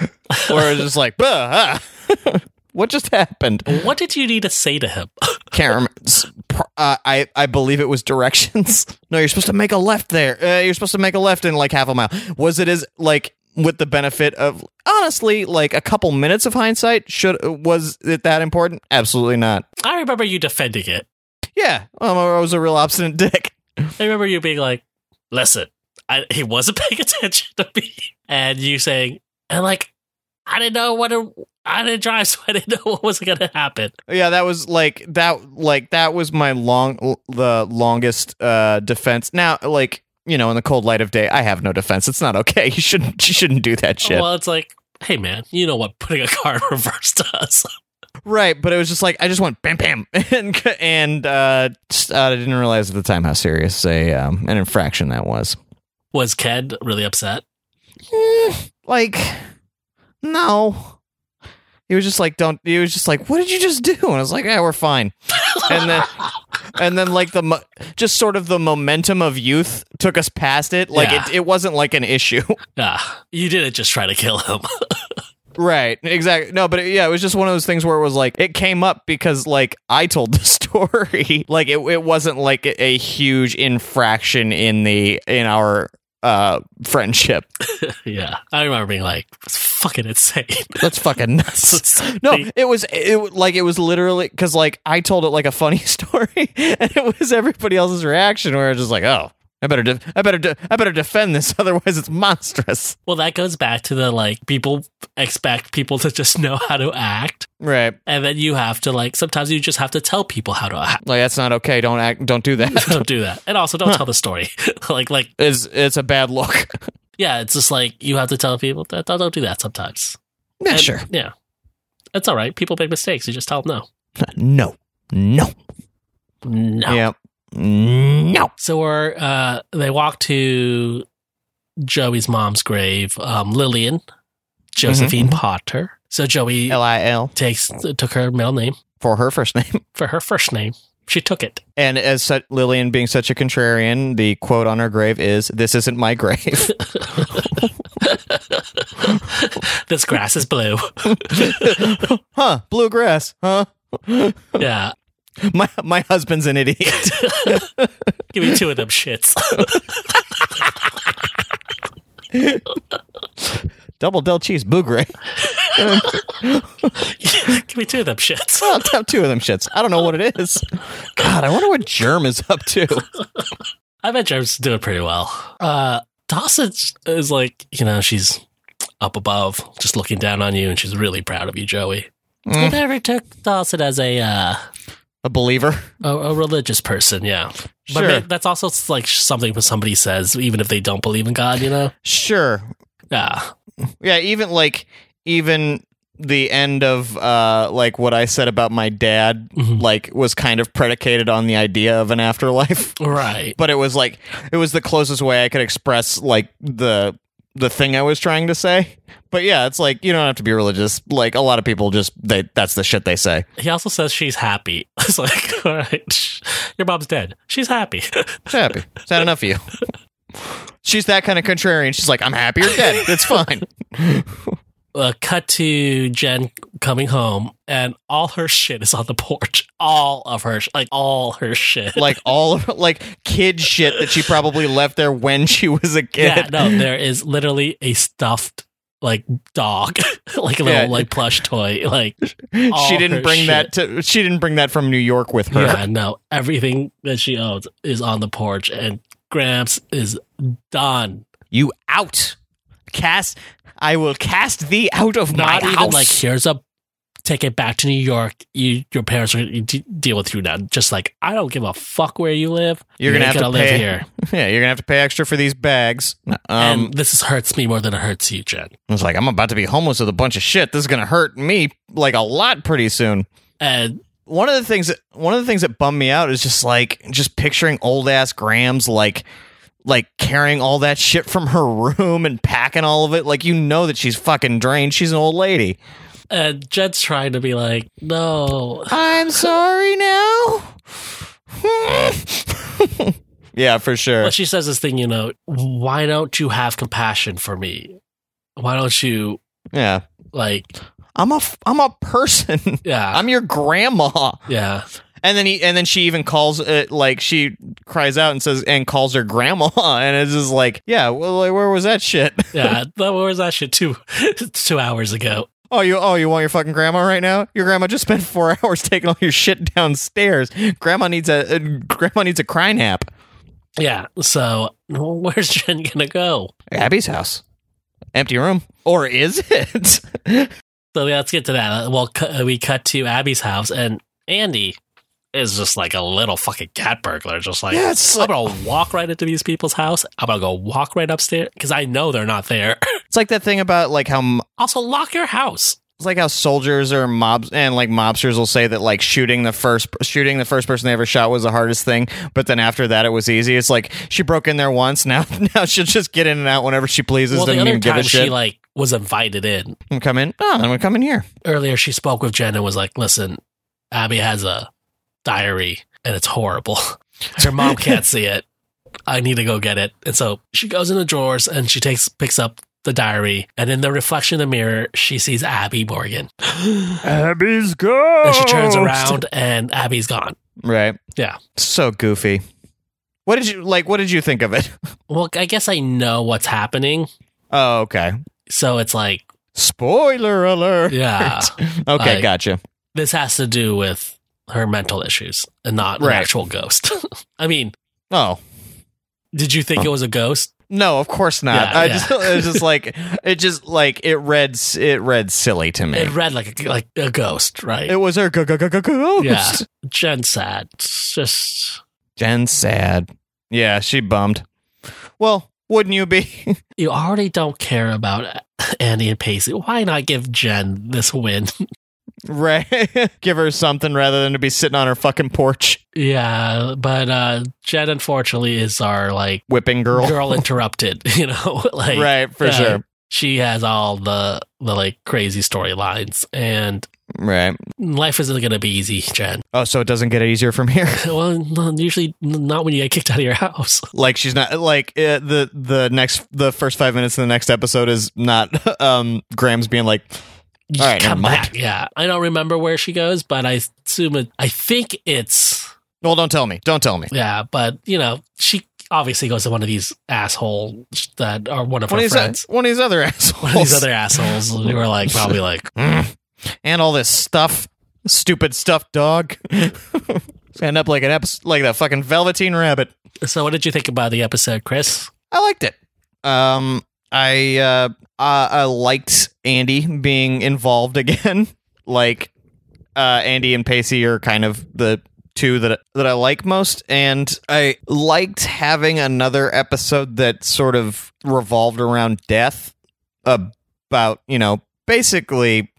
Speaker 2: it was just like "Bah, ah." What just happened?
Speaker 1: What did you need to say to him?
Speaker 2: Can't remember. S- pr- Uh, I I believe it was directions. No, you're supposed to make a left there. Uh, you're supposed to make a left in like half a mile. Was it as like with the benefit of honestly like a couple minutes of hindsight? Should was it that important? Absolutely not.
Speaker 1: I remember you defending it.
Speaker 2: Yeah, um, I was a real obstinate dick.
Speaker 1: I remember you being like, listen, I, he wasn't paying attention to me. And you saying, and like, I didn't know what, a, I didn't drive, so I didn't know what was going to happen.
Speaker 2: Yeah, that was like that like that was my long l- the longest uh defense. Now like you know in the cold light of day, I have no defense. It's not okay. You shouldn't you shouldn't do that shit.
Speaker 1: Well, it's like, hey, man, you know what putting a car in reverse does.
Speaker 2: Right, but it was just like I just went bam bam and and uh, just, uh, I didn't realize at the time how serious a um, an infraction that was. Eh,
Speaker 1: Was Ken really upset?
Speaker 2: Like, no, he was just like, don't. He was just like, what did you just do? And I was like, yeah, we're fine. And then and then like the mo- just sort of the momentum of youth took us past it. Like
Speaker 1: Yeah.
Speaker 2: it, it wasn't like an issue.
Speaker 1: Yeah, Ah, you didn't just try to kill him.
Speaker 2: Right, exactly. No, but it, yeah, it was just one of those things where it was like it came up because like I told the story, like it it wasn't like a, a huge infraction in the in our uh friendship.
Speaker 1: yeah. I remember being like, it's fucking insane.
Speaker 2: That's fucking nuts. No, it was it w- like it was literally because like I told it like a funny story, and it was everybody else's reaction where I was just like, oh, I better, de- I better, de- I better defend this, otherwise it's monstrous.
Speaker 1: well, that goes back to the like people expect people to just know how to act.
Speaker 2: Right?
Speaker 1: And then you have to like sometimes you just have to tell people how to act.
Speaker 2: Like that's not okay. Don't act. Don't do that.
Speaker 1: Don't do that. And also don't tell the story. like like
Speaker 2: it's it's a bad look.
Speaker 1: yeah, it's just like you have to tell people that don't, don't do that sometimes.
Speaker 2: Yeah,
Speaker 1: And-
Speaker 2: sure.
Speaker 1: Yeah. That's all right. People make mistakes. You just tell them
Speaker 2: No, no,
Speaker 1: no. No.
Speaker 2: yeah, no.
Speaker 1: So we're, uh, they walk to Joey's mom's grave, um, Lillian, Josephine Potter. So Joey
Speaker 2: Mm-hmm. L I L
Speaker 1: takes took her middle name
Speaker 2: for her first name.
Speaker 1: for her first name. She took it.
Speaker 2: And as such, Lillian being such a contrarian, the quote on her grave is, "This isn't my grave.
Speaker 1: this grass is blue.
Speaker 2: huh? Blue grass? Huh?
Speaker 1: Yeah.
Speaker 2: My my husband's an idiot."
Speaker 1: Give me two of them shits.
Speaker 2: Double Del Cheese Bougre.
Speaker 1: Give me two of them shits.
Speaker 2: I'll have two of them shits. I don't know what it is. God, I wonder what Germ is up to.
Speaker 1: I bet Jerem's doing pretty well. Uh, Dawson is like, you know, she's up above, just looking down on you, and she's really proud of you, Joey. I
Speaker 2: Mm,
Speaker 1: never took Dawson as a uh,
Speaker 2: a believer.
Speaker 1: a, a religious person, yeah. But
Speaker 2: Sure.
Speaker 1: ma- that's also like something when somebody says, even if they don't believe in God, you know?
Speaker 2: Sure.
Speaker 1: Yeah.
Speaker 2: Yeah, even like even the end of uh like what I said about my dad
Speaker 1: Mhm.
Speaker 2: like was kind of predicated on the idea of an afterlife.
Speaker 1: Right.
Speaker 2: But it was like it was the closest way I could express like the the thing I was trying to say. But yeah, it's like you don't have to be religious. Like a lot of people just they that's the shit they say.
Speaker 1: He also says she's happy. It's like, all right, your mom's dead. She's happy.
Speaker 2: She's happy. Is that enough of you? She's that kind of contrarian. She's like, I'm happy you're dead. It's fine.
Speaker 1: uh, cut to Jen coming home, and all her shit is on the porch. All of her, sh- like all her shit.
Speaker 2: Like all of like kid shit that she probably left there when she was a kid.
Speaker 1: yeah, no, there is literally a stuffed like dog, like a little
Speaker 2: Yeah.
Speaker 1: like plush toy. Like, all
Speaker 2: she didn't
Speaker 1: her
Speaker 2: bring that to she didn't bring that from New York with her.
Speaker 1: Oh, yeah, no, everything that she owns is on the porch, and Gramps is done.
Speaker 2: You out. Cast I will cast thee out of
Speaker 1: Not
Speaker 2: my
Speaker 1: even
Speaker 2: house.
Speaker 1: like here's a ticket back to New York. You, your parents are going to deal with you now. Just like I don't give a fuck where you live.
Speaker 2: You're gonna
Speaker 1: ain't
Speaker 2: have to
Speaker 1: live
Speaker 2: pay.
Speaker 1: here.
Speaker 2: yeah, you're gonna have to pay extra for these bags. Um
Speaker 1: and this is, hurts me more than it hurts you, Jen.
Speaker 2: I was like, I'm about to be homeless with a bunch of shit. This is gonna hurt me like a lot pretty soon.
Speaker 1: And
Speaker 2: one of the things that one of the things that bummed me out is just like just picturing old ass Grams like like carrying all that shit from her room and packing all of it. Like you know that she's fucking drained. She's an old lady.
Speaker 1: and Jen's trying to be like, no,
Speaker 2: I'm sorry now. yeah, for sure.
Speaker 1: But she says this thing, you know, why don't you have compassion for me? Why don't you
Speaker 2: Yeah,
Speaker 1: like,
Speaker 2: I'm a f- I'm a person.
Speaker 1: yeah,
Speaker 2: I'm your grandma.
Speaker 1: yeah,
Speaker 2: And then he and then she even calls it like she cries out and says and calls her grandma and it's just like yeah well like, where was that shit
Speaker 1: yeah. That what was that shit two two hours ago.
Speaker 2: Oh, you oh you want your fucking grandma right now? Your grandma just spent four hours taking all your shit downstairs. Grandma needs a uh, grandma needs a cry nap.
Speaker 1: Yeah. So where's Jen gonna go?
Speaker 2: Abby's house, empty room, or is it?
Speaker 1: So yeah, let's get to that. Well, cu- we cut to Abby's house, and Andy is just like a little fucking cat burglar. Just like,
Speaker 2: Yeah, it's
Speaker 1: I'm gonna walk right into these people's house. I'm gonna go walk right upstairs because I know they're not there.
Speaker 2: it's like that thing about like how m-
Speaker 1: also, lock your house.
Speaker 2: it's like how soldiers or mobs and like mobsters will say that like shooting the first shooting the first person they ever shot was the hardest thing, but then after that it was easy. It's like she broke in there once. Now now she'll just get in and out whenever she pleases.
Speaker 1: well, the
Speaker 2: doesn't
Speaker 1: other
Speaker 2: even give
Speaker 1: time
Speaker 2: a
Speaker 1: she
Speaker 2: shit.
Speaker 1: like was invited in
Speaker 2: I'm come in. Oh, I'm gonna come in here.
Speaker 1: earlier. She spoke with Jen and was like, "Listen, Abby has a diary, and it's horrible. Her mom can't see it. I need to go get it." And so she goes in the drawers and she takes picks up the diary, and in the reflection in the mirror, she sees Abby Morgan,
Speaker 3: Abby's ghost.
Speaker 2: Oh.
Speaker 1: and she turns around, and Abby's gone.
Speaker 2: Right.
Speaker 1: Yeah.
Speaker 2: So goofy. What did you like? What did you think of it?
Speaker 1: Well, I guess I know what's happening,
Speaker 2: Oh, okay.
Speaker 1: so it's like,
Speaker 2: Spoiler alert.
Speaker 1: yeah,
Speaker 2: Okay,
Speaker 1: Like-
Speaker 2: gotcha.
Speaker 1: this has to do with her mental issues and not
Speaker 2: Right.
Speaker 1: an actual ghost. I mean,
Speaker 2: Oh.
Speaker 1: did you think it was a ghost?
Speaker 2: No, of course not.
Speaker 1: Yeah,
Speaker 2: I
Speaker 1: yeah.
Speaker 2: just it was just like it just like it read s- it read silly to me.
Speaker 1: It read like a, like a ghost, right?
Speaker 2: It was her go go go go go.
Speaker 1: yeah, Jen sad. It's just
Speaker 2: Jen's sad. Yeah, she bummed. Well, wouldn't you be?
Speaker 1: you already don't care about Andy and Pacey. Why not give Jen this win?
Speaker 2: right. Give her something rather than to be sitting on her fucking porch
Speaker 1: yeah, but uh, Jen unfortunately is our like
Speaker 2: whipping girl.
Speaker 1: girl, interrupted. You know, like
Speaker 2: right, for
Speaker 1: yeah.
Speaker 2: sure.
Speaker 1: she has all the the like crazy storylines, and
Speaker 2: Right.
Speaker 1: life isn't gonna be easy, Jen.
Speaker 2: Oh, so it doesn't get easier from here.
Speaker 1: well, no, usually n- not when you get kicked out of your house.
Speaker 2: like she's not like uh, the the next the first 5 minutes of the next episode is not um Graham's being like
Speaker 1: You
Speaker 2: All right,
Speaker 1: come
Speaker 2: never mind.
Speaker 1: back. Yeah, I don't remember where she goes, but I assume it. I think it's
Speaker 2: Well, don't tell me. Don't tell me.
Speaker 1: yeah, but you know she obviously goes to one of these assholes that are one of
Speaker 2: One
Speaker 1: her
Speaker 2: of,
Speaker 1: friends.
Speaker 2: these, uh, one of these other assholes.
Speaker 1: One of these other assholes who are like probably like
Speaker 2: Mm. And all this stuff. Stupid stuff, dog. End up like an episode, like that fucking velveteen rabbit.
Speaker 1: so. What did you think about the episode, Chris?
Speaker 2: I liked it. Um, I uh, I, I liked Andy being involved again. like, uh, Andy and Pacey are kind of the two that that I like most, and I liked having another episode that sort of revolved around death, about you know basically.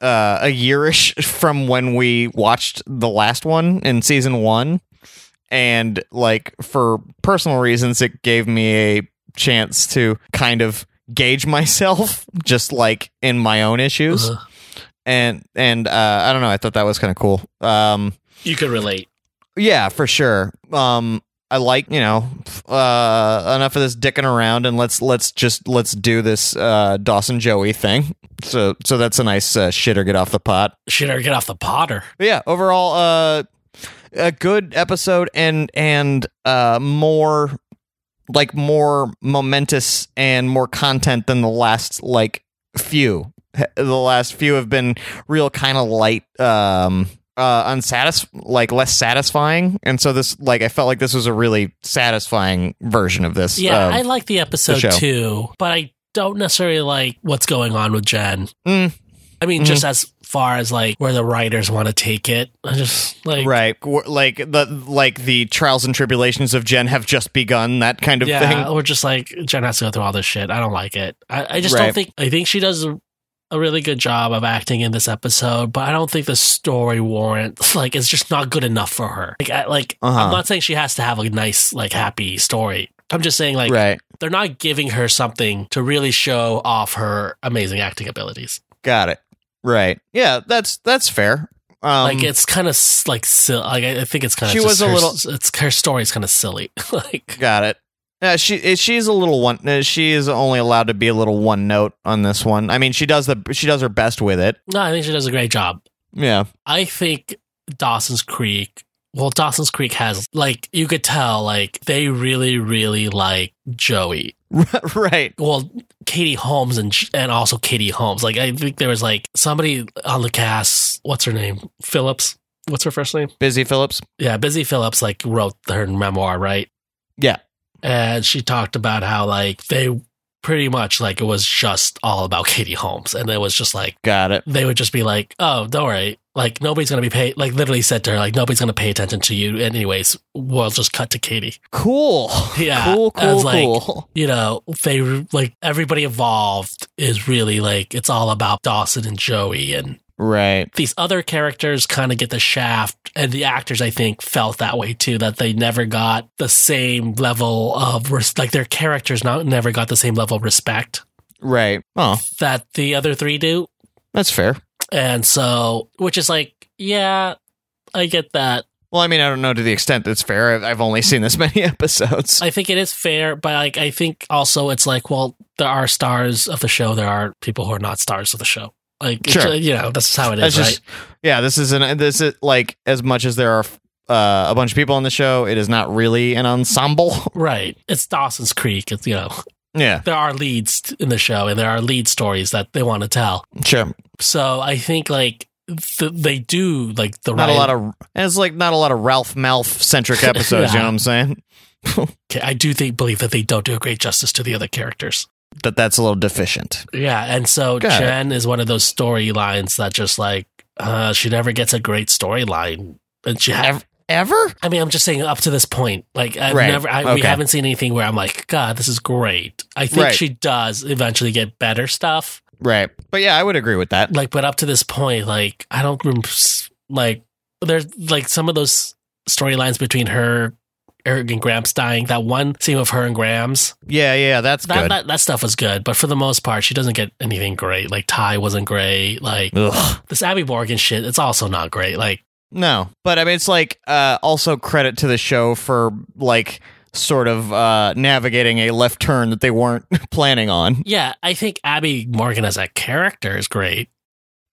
Speaker 2: Uh, a yearish from when we watched the last one in season one, and like for personal reasons it gave me a chance to kind of gauge myself just like in my own issues
Speaker 1: Uh,
Speaker 2: and and uh i don't know i thought that was kind of cool um
Speaker 1: you could relate.
Speaker 2: yeah for sure um i like you know uh enough of this dicking around and let's let's just let's do this uh dawson joey thing so so that's a nice uh, shit or get off the pot
Speaker 1: Should I get off the Potter?
Speaker 2: but yeah, overall, uh, a good episode and and uh, more like more momentous and more content than the last like few. The last few have been real kind of light, um, uh, unsatisf like less satisfying, and so this like I felt like this was a really satisfying version of this.
Speaker 1: Yeah,
Speaker 2: um,
Speaker 1: I like the episode
Speaker 2: show.
Speaker 1: too, but I don't necessarily like what's going on with Jen.
Speaker 2: Mm.
Speaker 1: I mean, just as far as like where the writers want to take it, I just like
Speaker 2: right, w- like the like the trials and tribulations of Jen have just begun. That kind of
Speaker 1: yeah,
Speaker 2: thing.
Speaker 1: or just like Jen has to go through all this shit. I don't like it. I, I just
Speaker 2: Right.
Speaker 1: don't think. I think she does a, a really good job of acting in this episode, but I don't think the story warrants. Like, it's just not good enough for her. Like, I, like
Speaker 2: Uh-huh.
Speaker 1: I'm not saying she has to have a nice, like, happy story. I'm just saying, like,
Speaker 2: right.
Speaker 1: they're not giving her something to really show off her amazing acting abilities.
Speaker 2: Got it. Right. Yeah, that's that's fair. Um,
Speaker 1: like, it's kind of like, sil- like I I think it's kind of
Speaker 2: She was a little-
Speaker 1: It's her story's kind of silly. like,
Speaker 2: got it. Yeah, she eh, she's a little one. eh, She is only allowed to be a little one note on this one. I mean, she does the she does her best with it.
Speaker 1: no, I think she does a great job.
Speaker 2: Yeah.
Speaker 1: I think Dawson's Creek. Well, Dawson's Creek has like you could tell like they really really like Joey.
Speaker 2: right.
Speaker 1: Well, Katie Holmes and and also Katie Holmes. Like I think there was like somebody on the cast. What's her name? Phillips. What's her first name?
Speaker 2: Busy Phillips.
Speaker 1: Yeah, Busy Phillips like wrote her memoir, right?
Speaker 2: Yeah.
Speaker 1: And she talked about how like they pretty much like it was just all about Katie Holmes, and it was just like
Speaker 2: Got it.
Speaker 1: they would just be like, "Oh, don't worry. Like nobody's gonna be pay." Like literally said to her, "Like nobody's gonna pay attention to you." Anyways, we'll just cut to Katie.
Speaker 2: Cool.
Speaker 1: Yeah,
Speaker 2: Cool.
Speaker 1: I
Speaker 2: Cool.
Speaker 1: was like-
Speaker 2: cool.
Speaker 1: You know, they like everybody involved is really like it's all about Dawson and Joey, and
Speaker 2: Right.
Speaker 1: these other characters kind of get the shaft, and the actors I think felt that way too that they never got the same level of res- like their characters not never got the same level of respect
Speaker 2: Right. Oh,
Speaker 1: that the other three do.
Speaker 2: that's fair.
Speaker 1: And so, which is like, yeah, I get that.
Speaker 2: Well, I mean, I don't know to the extent that's fair. I've, I've only seen this many episodes.
Speaker 1: I think it is fair, but like, I think also it's like, well, there are stars of the show. There are people who are not stars of the show. Like, it's uh,
Speaker 2: Sure.
Speaker 1: ju- you know, that's just how it
Speaker 2: That's
Speaker 1: is,
Speaker 2: just, yeah. This is an this is like as much as there are uh, a bunch of people on the show. It is not really an ensemble.
Speaker 1: Right. It's Dawson's Creek. It's, you know,
Speaker 2: yeah,
Speaker 1: there are leads in the show and there are lead stories that they want to tell.
Speaker 2: sure.
Speaker 1: So I think like th- they do like the
Speaker 2: Not a
Speaker 1: right-
Speaker 2: lot of and it's like not a lot of Ralph Malph centric episodes. You know
Speaker 1: Yeah.
Speaker 2: what I'm saying?
Speaker 1: Okay, I do think believe that they don't do a great justice to the other characters.
Speaker 2: That that's a little deficient.
Speaker 1: Yeah, and so
Speaker 2: Got it.
Speaker 1: Jen is one of those storylines that just like uh, she never gets a great storyline, and she. Ha-
Speaker 2: Ever? Ever?
Speaker 1: I mean, I'm just saying up to this point, like I've
Speaker 2: Right,
Speaker 1: never, I, we
Speaker 2: okay.
Speaker 1: haven't seen anything where I'm like, God, this is great. I think
Speaker 2: Right.
Speaker 1: she does eventually get better stuff,
Speaker 2: Right. But yeah, I would agree with that.
Speaker 1: like, but up to this point, like I don't rem- like there's like some of those storylines between her. Eric and Gramps dying. That one scene of her and Gramps,
Speaker 2: Yeah, yeah, that's
Speaker 1: that,
Speaker 2: good.
Speaker 1: that that stuff was good, but for the most part, she doesn't get anything great. Like Ty wasn't great. Like
Speaker 2: Ugh.
Speaker 1: this Abby Morgan shit, it's also not great. Like
Speaker 2: No, but I mean, it's like uh, also credit to the show for like sort of uh, navigating a left turn that they weren't planning on.
Speaker 1: yeah, I think Abby Morgan as a character is great.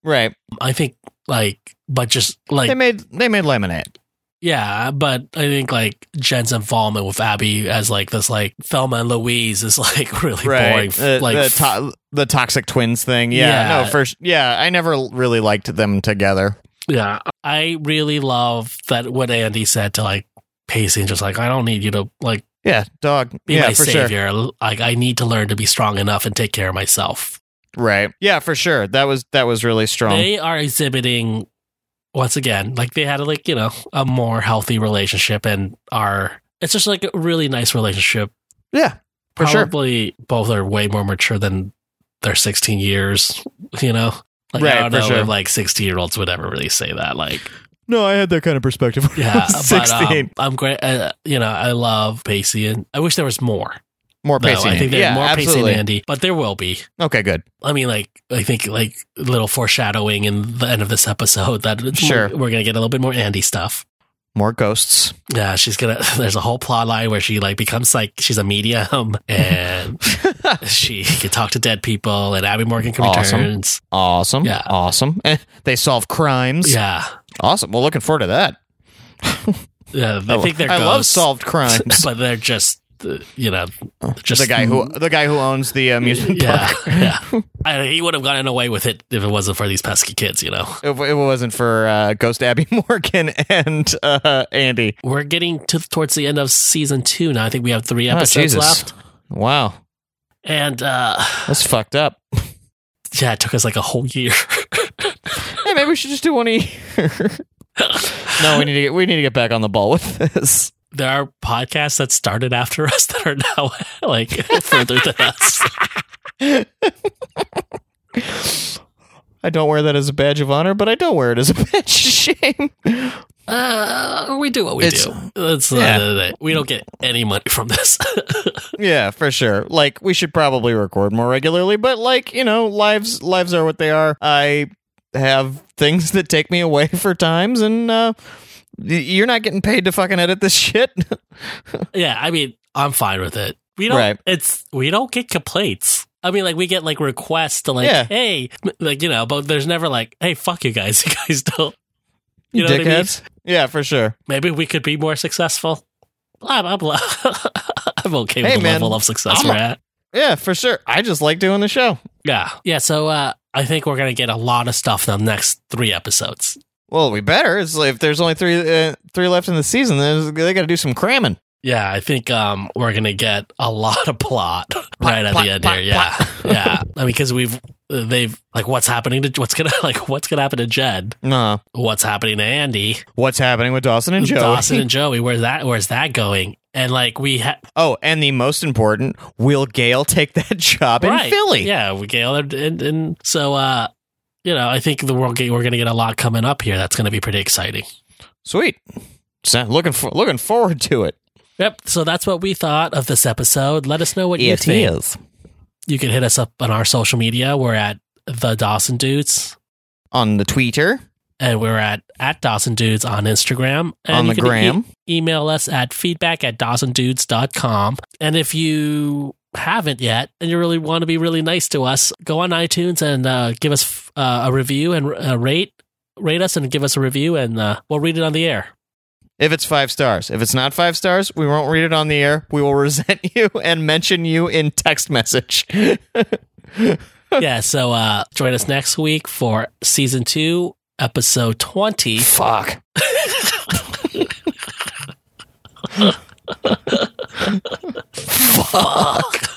Speaker 2: Right.
Speaker 1: I think like, but just like
Speaker 2: they made they made lemonade.
Speaker 1: yeah, but I think like Jen's involvement with Abby as like this like Thelma and Louise is like really boring.
Speaker 2: The,
Speaker 1: like
Speaker 2: the, to- the toxic twins thing. Yeah.
Speaker 1: Yeah.
Speaker 2: No, first. Yeah, I never really liked them together.
Speaker 1: Yeah, I really love that what Andy said to like Pacey, and just like I don't need you to like.
Speaker 2: Yeah, dog.
Speaker 1: be
Speaker 2: yeah,
Speaker 1: my
Speaker 2: for sure.
Speaker 1: savior. Like I need to learn to be strong enough and take care of myself.
Speaker 2: Right. Yeah, for sure. That was that was really strong.
Speaker 1: They are exhibiting once again, like they had like you know a more healthy relationship and are. It's just like a really nice relationship.
Speaker 2: yeah. For sure.
Speaker 1: Probably both are way more mature than their 16 years. You know, like
Speaker 2: Right,
Speaker 1: I don't
Speaker 2: for
Speaker 1: know
Speaker 2: sure.
Speaker 1: if like 16 year olds would ever really say that. Like
Speaker 2: No, I had that kind of perspective. when I
Speaker 1: yeah,
Speaker 2: was
Speaker 1: but
Speaker 2: sixteen.
Speaker 1: um, I'm great. Uh, you know, I love Pacey and I wish there was more.
Speaker 2: more
Speaker 1: Though.
Speaker 2: pacing.
Speaker 1: I think there's
Speaker 2: yeah,
Speaker 1: more
Speaker 2: absolutely.
Speaker 1: Pacey and Andy, but there will be.
Speaker 2: Okay, good.
Speaker 1: I mean, like I think like a little foreshadowing in the end of this episode that it's
Speaker 2: Sure.
Speaker 1: more- we're gonna get a little bit more Andy stuff.
Speaker 2: More ghosts.
Speaker 1: Yeah, she's gonna. There's a whole plot line where she like becomes like she's a medium and she can talk to dead people and Abby Morgan can
Speaker 2: Awesome.
Speaker 1: returns.
Speaker 2: Awesome.
Speaker 1: Yeah.
Speaker 2: Awesome. Eh, they solve crimes.
Speaker 1: Yeah,
Speaker 2: Awesome. Well, looking forward to that.
Speaker 1: yeah. I think they're
Speaker 2: I love
Speaker 1: ghosts,
Speaker 2: solved crimes.
Speaker 1: but they're just uh, you know just
Speaker 2: the guy who the guy who owns the amusement
Speaker 1: Yeah,
Speaker 2: park.
Speaker 1: yeah. I, he would have gotten away with it if it wasn't for these pesky kids. You know,
Speaker 2: If it wasn't for uh, Ghost Abby Morgan and uh, Andy.
Speaker 1: we're getting to towards the end of season two now. I think we have three
Speaker 2: Oh,
Speaker 1: episodes
Speaker 2: Jesus.
Speaker 1: left.
Speaker 2: Wow,
Speaker 1: And uh
Speaker 2: that's fucked up.
Speaker 1: yeah, it took us like a whole year.
Speaker 2: Hey, maybe we should just do one a year. no, we need to get we need to get back on the ball with this.
Speaker 1: there are podcasts that started after us that are now like further than us.
Speaker 2: I don't wear that as a badge of honor, but I don't wear it as a badge of shame.
Speaker 1: Uh, we do what we
Speaker 2: It's-
Speaker 1: do. That's the
Speaker 2: yeah.
Speaker 1: end of uh, the day. We don't get any money from this.
Speaker 2: Yeah, for sure. Like we should probably record more regularly, but like, you know, lives lives are what they are. I have things that take me away for times and uh y- you're not getting paid to fucking edit this shit.
Speaker 1: yeah, I mean, I'm fine with it. We don't.
Speaker 2: Right.
Speaker 1: It's we don't get complaints. I mean, like we get like requests to like,
Speaker 2: Yeah.
Speaker 1: hey, like you know, but there's never like, hey, fuck you guys. You guys don't. You know what I mean?
Speaker 2: Dickheads. Yeah, for sure.
Speaker 1: Maybe we could be more successful. Blah blah blah. I'm okay with
Speaker 2: Hey,
Speaker 1: the
Speaker 2: man.
Speaker 1: level of success
Speaker 2: I'm
Speaker 1: we're
Speaker 2: a-
Speaker 1: at.
Speaker 2: Yeah, for sure. I just like doing the show.
Speaker 1: Yeah. Yeah. So uh, I think we're going to get a lot of stuff in the next three episodes.
Speaker 2: Well, we better. It's like if there's only three uh, three left in the season, there's- they got to do some cramming.
Speaker 1: Yeah. I think um, we're going to get a lot of plot right at
Speaker 2: plot,
Speaker 1: the end
Speaker 2: plot,
Speaker 1: here. Yeah. yeah. I mean, because we've, they've, like, what's happening to, what's going to, like, what's going to happen to Jed?
Speaker 2: Nah.
Speaker 1: What's happening to Andy?
Speaker 2: What's happening with Dawson and Joe?
Speaker 1: Dawson and Joey. Where's that, where's that going? And, like, we have,
Speaker 2: oh, and the most important, will Gail take that job in Philly?
Speaker 1: Yeah. We Gail and, and, and so, uh, you know, I think the world gate, we're going to get a lot coming up here. That's going to be pretty exciting.
Speaker 2: Sweet. So, looking for looking forward to it.
Speaker 1: Yep. So that's what we thought of this episode. Let us know what you
Speaker 2: It
Speaker 1: think.
Speaker 2: is
Speaker 1: You can hit us up on our social media. We're at the Dawson Dudes,
Speaker 2: on the Twitter,
Speaker 1: and we're at at Dawson Dudes on Instagram. And
Speaker 2: on
Speaker 1: you
Speaker 2: the
Speaker 1: can e-
Speaker 2: gram.
Speaker 1: email us at feedback at dawsondudes.com. And if you haven't yet and you really want to be really nice to us, go on iTunes and uh, give us f- uh, a review and r- uh, rate rate us and give us a review, and uh, we'll read it on the air.
Speaker 2: if it's five stars. If it's not five stars, we won't read it on the air. We will resent you and mention you in text message.
Speaker 1: yeah, so uh, join us next week for season two, episode 20.
Speaker 2: Fuck. Fuck.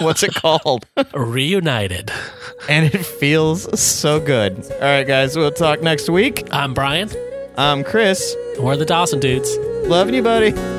Speaker 2: What's it called?
Speaker 1: Reunited.
Speaker 2: And it feels so good. All right, guys, we'll talk next week.
Speaker 1: I'm Brian.
Speaker 2: I'm Um, Chris.
Speaker 1: We're the Dawson dudes.
Speaker 2: Loving you, buddy.